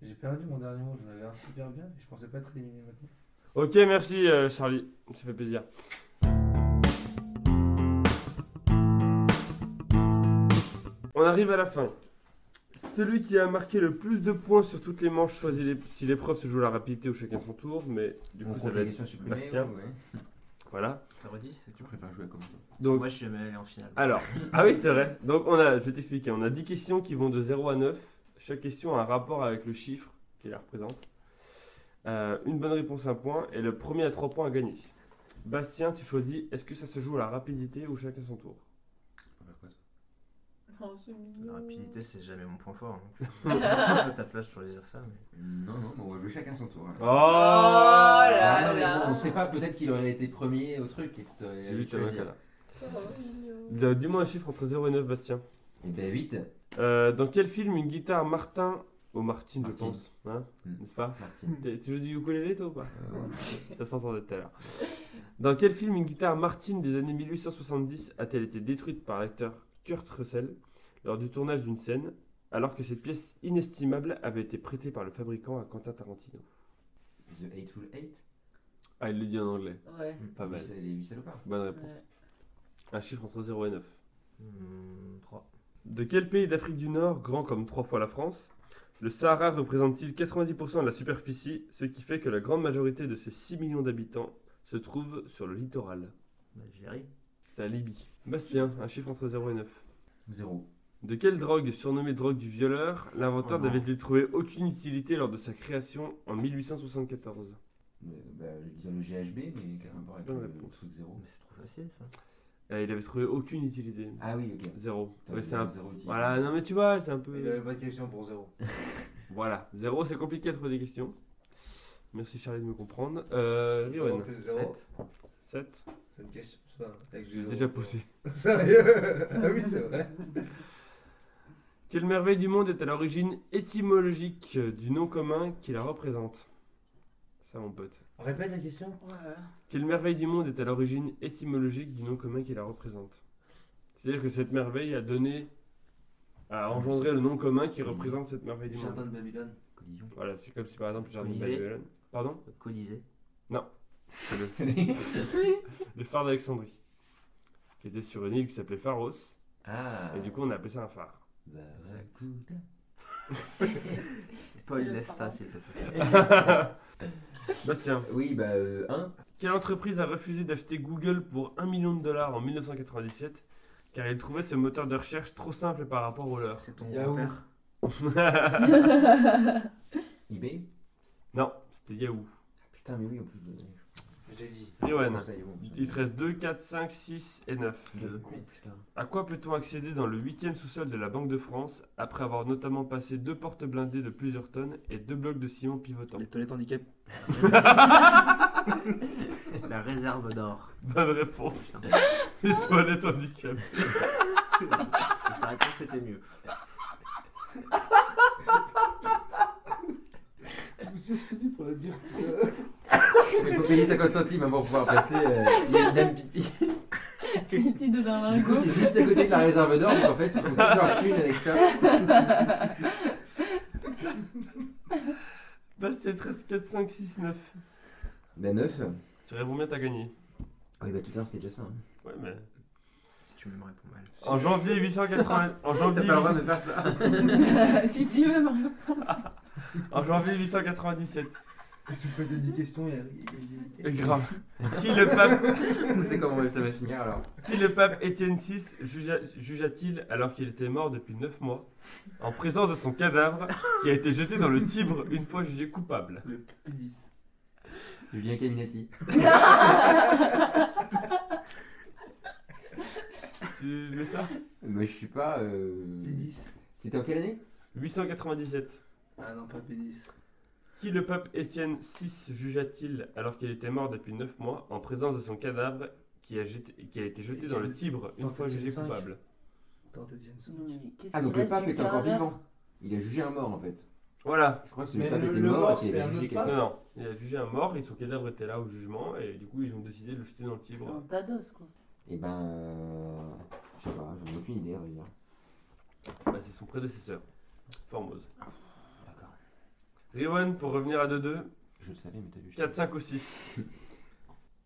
J'ai perdu mon dernier mot, j'en avais un super bien et je pensais pas être éliminé maintenant. Ok, merci euh, Charlie, ça fait plaisir. On arrive à la fin. Celui qui a marqué le plus de points sur toutes les manches choisit les- si l'épreuve se joue à la rapidité ou chacun son tour, mais du On coup ça compte va les être... questions supprimées, Bastien. ouais, ouais. Voilà. T'as redit c'est Tu quoi préfères jouer à comment ça Donc, Moi, je suis jamais allé en finale. alors, Oh. ah oui c'est vrai. Donc on a, je vais t'expliquer, on a 10 questions qui vont de 0 à 9. Chaque question a un rapport avec le chiffre qui la représente. Euh, une bonne réponse, un point, et le premier à 3 points à gagner. Bastien, tu choisis, est-ce que ça se joue à la rapidité ou chacun son tour Non, c'est mignon. La rapidité, c'est jamais mon point fort. hein. À ta place, je pourrais dire ça. Mais... Non, non, mais on va jouer chacun son tour. hein. Oh Ah, non, mais là. bon, on sait pas, peut-être qu'il aurait été premier au truc et euh, que t'aurais J'ai vu ta choisi. voix, là. Euh, Dis-moi un chiffre entre 0 et 9, Bastien. Eh ben 8, Euh, dans quel film une guitare Martin au Martin, je Martin. pense, hein, Hmm. n'est-ce pas Martine. T'es- Tu joues du ukulélé toi ou pas Euh, ouais. Ça s'entendait tout à l'heure. Dans quel film une guitare Martin des années 1870 a-t-elle été détruite par l'acteur Kurt Russell lors du tournage d'une scène, alors que cette pièce inestimable avait été prêtée par le fabricant à Quentin Tarantino The Hateful Eight Ah, il le dit en anglais. Ouais. Pas mal. Les 8 salopards. Bonne réponse. ouais. Un chiffre entre 0 et 9. Hmm, 3. De quel pays d'Afrique du Nord, grand comme trois fois la France, le Sahara représente-t-il 90% de la superficie, ce qui fait que la grande majorité de ses 6 millions d'habitants se trouve sur le littoral Algérie. C'est la Libye. Bastien, un chiffre entre 0 et 9. 0. De quelle drogue, surnommée drogue du violeur, l'inventeur Oh non. n'avait-il trouvé aucune utilité lors de sa création en 1874 Bah, je disais le GHB, mais quel rapport avec Bonne le réponse. truc 0 Oh, Mais c'est trop facile ça. Euh, Il avait trouvé aucune utilité. Ah oui, ok. Zéro. T'as euh, Ouais, dit c'est un- zéro type. Voilà, non mais tu vois, c'est un peu... Il avait pas de question pour zéro. Voilà, zéro, c'est compliqué à trouver des questions. Merci Charlie de me comprendre. Euh, Zéro Riwan, plus zéro. 7. C'est une question. Ça, avec J'ai zéro. déjà posé. Sérieux Ah oui, c'est vrai. Quelle merveille du monde est à l'origine étymologique du nom commun qui la représente Ça, mon pote. Répète la question. Ouais. Quelle merveille du monde est à l'origine étymologique du nom commun qui la représente C'est-à-dire que cette merveille a donné, a engendré le nom commun qui représente cette merveille du Jardin monde. de Babylone. Collision. Voilà, c'est comme si par exemple le jardin de Colisée. Babylone. Pardon Le Colisée. C'est le, le phare d'Alexandrie, qui était sur une île qui s'appelait Pharos, Ah. et du coup on a appelé ça un phare. Barracuda. Paul, C'est le laisse pharaon. ça, s'il te plaît. Bastien, Oui, bah, euh, un. quelle entreprise a refusé d'acheter Google pour 1 million de dollars en 1997 car elle trouvait ce moteur de recherche trop simple par rapport au leur C'est ton Yahoo. grand-père. eBay. Non, c'était Yahoo. Ah, putain, mais oui, en plus. je- je- je J'ai dit. Riwan, pense à Yahoo, ça. il te reste 2, 4, 5, 6 et 9. Quel con, putain. À quoi peut-on accéder dans le 8 sous-sol de la Banque de France après avoir notamment passé deux portes blindées de plusieurs tonnes et deux blocs de ciment pivotants Les toilettes handicap. La réserve d'or. Bonne réponse Putain. Les toilettes handicapées Et sa réponse était mieux. Mais faut payer 50 centimes avant de pouvoir passer euh, il y a une dame pipi. Tu dedans Du coup, c'est juste à côté de la réserve d'or, donc en fait, il faut tout leur thune avec ça. Bastien, il te reste 4, 5, 6, 9. Bah, 9. Tu réponds bien, t'as gagné. Oui, bah, tout à l'heure, c'était déjà ça. hein. Ouais, mais... Si tu me réponds mal. En janvier 880... en T'as janvier pas le droit de faire ça. si tu veux, Mario. En janvier 897. Il se fait des 10 questions et il Et grave. Qui le pape, On sait comment ça va finir alors. qui le pape Étienne VI jugea- jugea-t-il alors qu'il était mort depuis 9 mois en présence de son cadavre qui a été jeté dans le Tibre une fois jugé coupable le P10. Julien Caminati. Tu mets ça Mais je suis pas. Euh... P10. C'était en quelle année 897. Ah non, pas P10. Qui le pape Étienne VI jugea-t-il alors qu'il était mort depuis 9 mois en présence de son cadavre qui a, jeté- qui a été jeté dans le Tibre une Étienne- fois jugé Étienne V. coupable Attends, t'as dit une seconde. Ah, donc le pape est encore vivant. Il a jugé un mort en fait. Voilà. Je crois que Mais le pape le- était le mort mort, et qu'il c'était a un jugé autre quelqu'un. Non, non. Il a jugé un mort et son cadavre était là au jugement et du coup ils ont décidé de le jeter dans le Tibre. Dados, quoi. Et ben. Euh... Je sais pas, j'en ai aucune idée à vrai dire. Bah, c'est son prédécesseur, Formose. Riwan, pour revenir à 2-2, Je le savais, mais t'as vu. je 4, savais. 5 ou 6.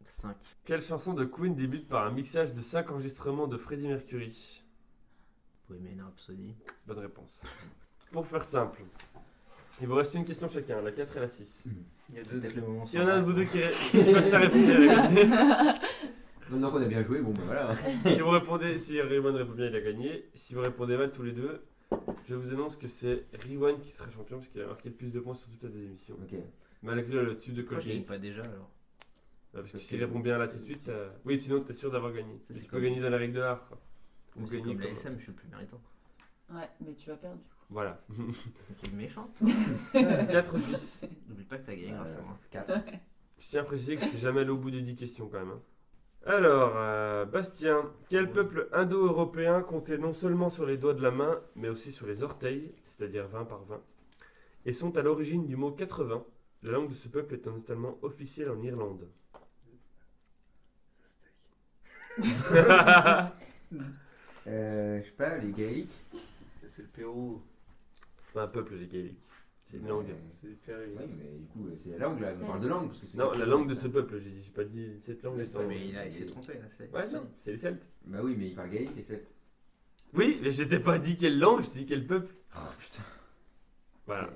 5. Quelle chanson de Queen débute par un mixage de 5 enregistrements de Freddie Mercury Bohemian Rhapsody. Bonne réponse. Pour faire simple, il vous reste une question chacun, la 4 et la 6. Il y a deux. Peut-être le moment. S'il y en a un de vous deux qui, ré- qui passe à répondre, il a gagné. Maintenant qu'on a bien joué, bon bah voilà. hein. si vous répondez, si Riwan répond bien, il a gagné. Si vous répondez mal tous les deux, je vous annonce que c'est Riwan qui sera champion parce qu'il a marqué le plus de points sur toutes les émissions. Ok. Malgré le tube de Pourquoi je gagne Colgate. pas déjà alors Ouais, parce que s'il répond bien là tout de suite, euh, oui, sinon t'es sûr d'avoir gagné. Ça, Mais c'est tu peux comme- gagner dans la règle de l'art. quoi. Ou Mais C'est gagner comme la comme- SM, je suis le plus méritant. Ouais, mais tu as perdu. Voilà. Mais T'es méchant. 4 ou 6. N'oublie pas que t'as gagné Ah, grâce à ouais. moi. 4. Je tiens à préciser que j'étais jamais allé au bout des 10 questions quand même. hein. Alors, euh, Bastien, quel Ouais. peuple indo-européen comptait non seulement sur les doigts de la main, mais aussi sur les orteils, c'est-à-dire 20 par 20, et sont à l'origine du mot 80, la langue de ce peuple étant notamment officielle en Irlande Euh, je sais pas, les gaéliques. C'est le Pérou. C'est pas un peuple, les gaéliques. C'est une langue. Euh, C'est le Pérou. Oui, mais du coup, euh, c'est la langue là, on parle de langue. Parce que c'est Non, quelque la chose, langue de ça. ce peuple, j'ai dit, j'ai pas dit cette langue. Mais c'est pas- étant- Mais il, a- il s'est trompé là, c'est. Ouais, non, c'est les Celtes. Bah oui, mais il parle gaélique, les Celtes. Oui, mais je t'ai pas dit quelle langue, je t'ai dit quel peuple. Oh putain. Voilà.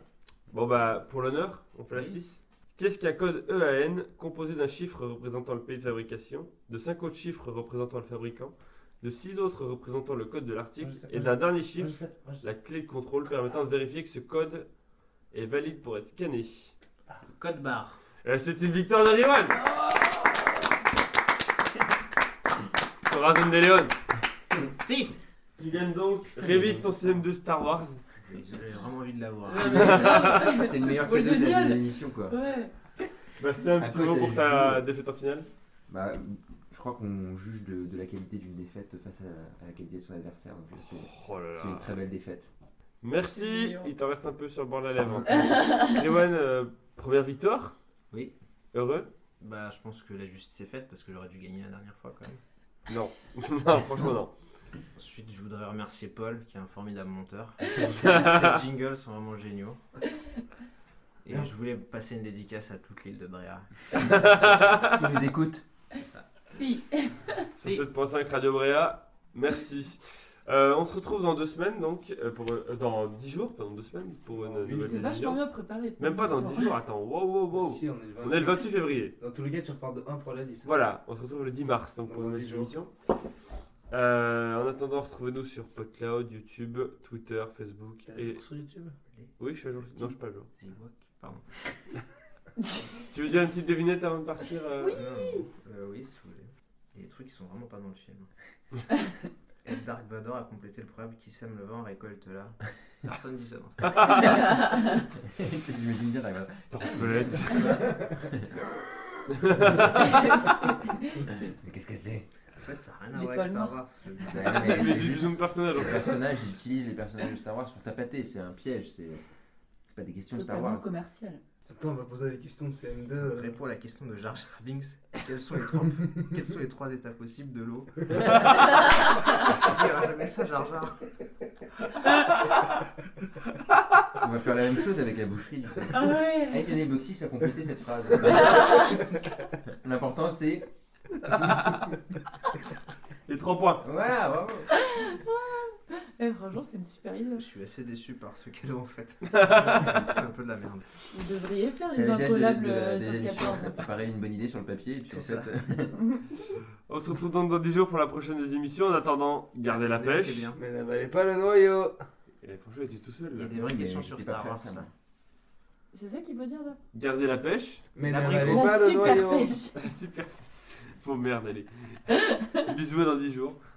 Bon bah, pour l'honneur, on fait la Oui. 6. Qu'est-ce qu'un code EAN composé d'un chiffre représentant le pays de fabrication, de 5 autres chiffres représentant le fabricant, de 6 autres représentant le code de l'article Moi, Ah, je sais, et moi, d'un je- dernier Moi, je chiffre, sais, moi, je sais. la clé de contrôle permettant de vérifier que ce code est valide pour être scanné Code barre. Et C'est une victoire de Riwan Oh Sur Razon de Léon Si Tu gagnes donc, révise ton système de Star Wars. J'avais vraiment envie de l'avoir. C'est le meilleur trop cadeau de la génial. de l'émission quoi. Ouais. Merci un À petit quoi mot ça pour joue ta défaite en finale. Bah, je crois qu'on juge de, de la qualité d'une défaite face à, à la qualité de son adversaire. Donc, euh, c'est- Oh là là. c'est une très belle défaite. C'est Merci, mignon. Ah. il t'en reste un peu sur le bord de la lèvre. Ewan, euh, première victoire Oui. Heureux Bah, je pense que la justice est faite parce que j'aurais dû gagner la dernière fois quand même. Non. non, franchement, non. Ensuite, je voudrais remercier Paul qui est un formidable monteur. Ces jingles sont vraiment géniaux. Et je voulais passer une dédicace à toute l'île de Bréa. Ah, Qui nous écoute C'est ça. Si. Sur Si. 7.5 Radio Bréa, merci. Euh, on se retrouve dans deux semaines, donc, euh, pour, euh, dans dix jours, pardon, deux semaines, pour une Oui, nouvelle C'est vachement émission. mieux préparé. ton Même pas dans émission. 10 jours, attends, wow, wow, wow. Si, on est le 28. On est le 28 février. Dans tous les cas, tu repars de 1 pour la 10. Voilà, on se retrouve le 10 mars donc pour Dans une dix nouvelle jours. émission. Euh, en attendant, retrouvez-nous sur PodCloud, YouTube, Twitter, Facebook T'as et. joué sur YouTube Oui, je suis à jour. Non, je suis pas à jour. Zewok, pardon. Tu veux dire une petite devinette avant de partir euh, Oui. Non, euh, oui, si vous voulez. Il y a des trucs qui sont vraiment pas dans le film. Et Dark Vador a complété le proverbe qui sème le vent récolte là. Personne dit ça dans ça. J'imagine bien, d'accord. Tempête. Mais qu'est-ce que c'est En fait, ça n'a rien à voir L'étoile avec Star noire. Wars. je le dis. Ah, Mais Mais c'est du juste- zoom personnel en Les fait. personnages, ils utilisent les personnages de Star Wars pour tapater, c'est un piège, c'est c'est pas des questions de Star Totalement Wars. commercial. Attends, on va poser des questions de CM2. euh, Réponds à la question de Jar Jar Binks. Quelles sont les trois, quelles sont les trois états possibles de l'eau Tu diras jamais ça, Jar Jar. On va faire la même chose avec la boucherie. du coup. Ah ouais. Avec les boxis, à compléter cette phrase. L'important c'est. Les trois points. Voilà, bravo Ah, Eh, franchement, c'est une super idée. Je suis assez déçu par ce qu'elle a en fait. C'est un peu de la merde. Vous devriez faire C'est les l'usage de, incollables de la- euh, des top émissions. En 14. fait. Ça paraît une bonne idée sur le papier, et puis en C'est ça. fait. euh, On se retrouve donc dans 10 jours pour la prochaine des émissions. En attendant, gardez la Écoutez pêche. bien. Mais n'avalez pas le noyau Et franchement, j'étais tout seul. Il y là. a des vraies mais questions j'étais sur pas Star prêt à Wars. ça, là. moi. C'est ça qu'ils veut dire là Gardez la pêche. Mais La n'avalez bricole. La pas le super noyau pêche. Super. Bon merde, allez. Bisous à dans 10 jours.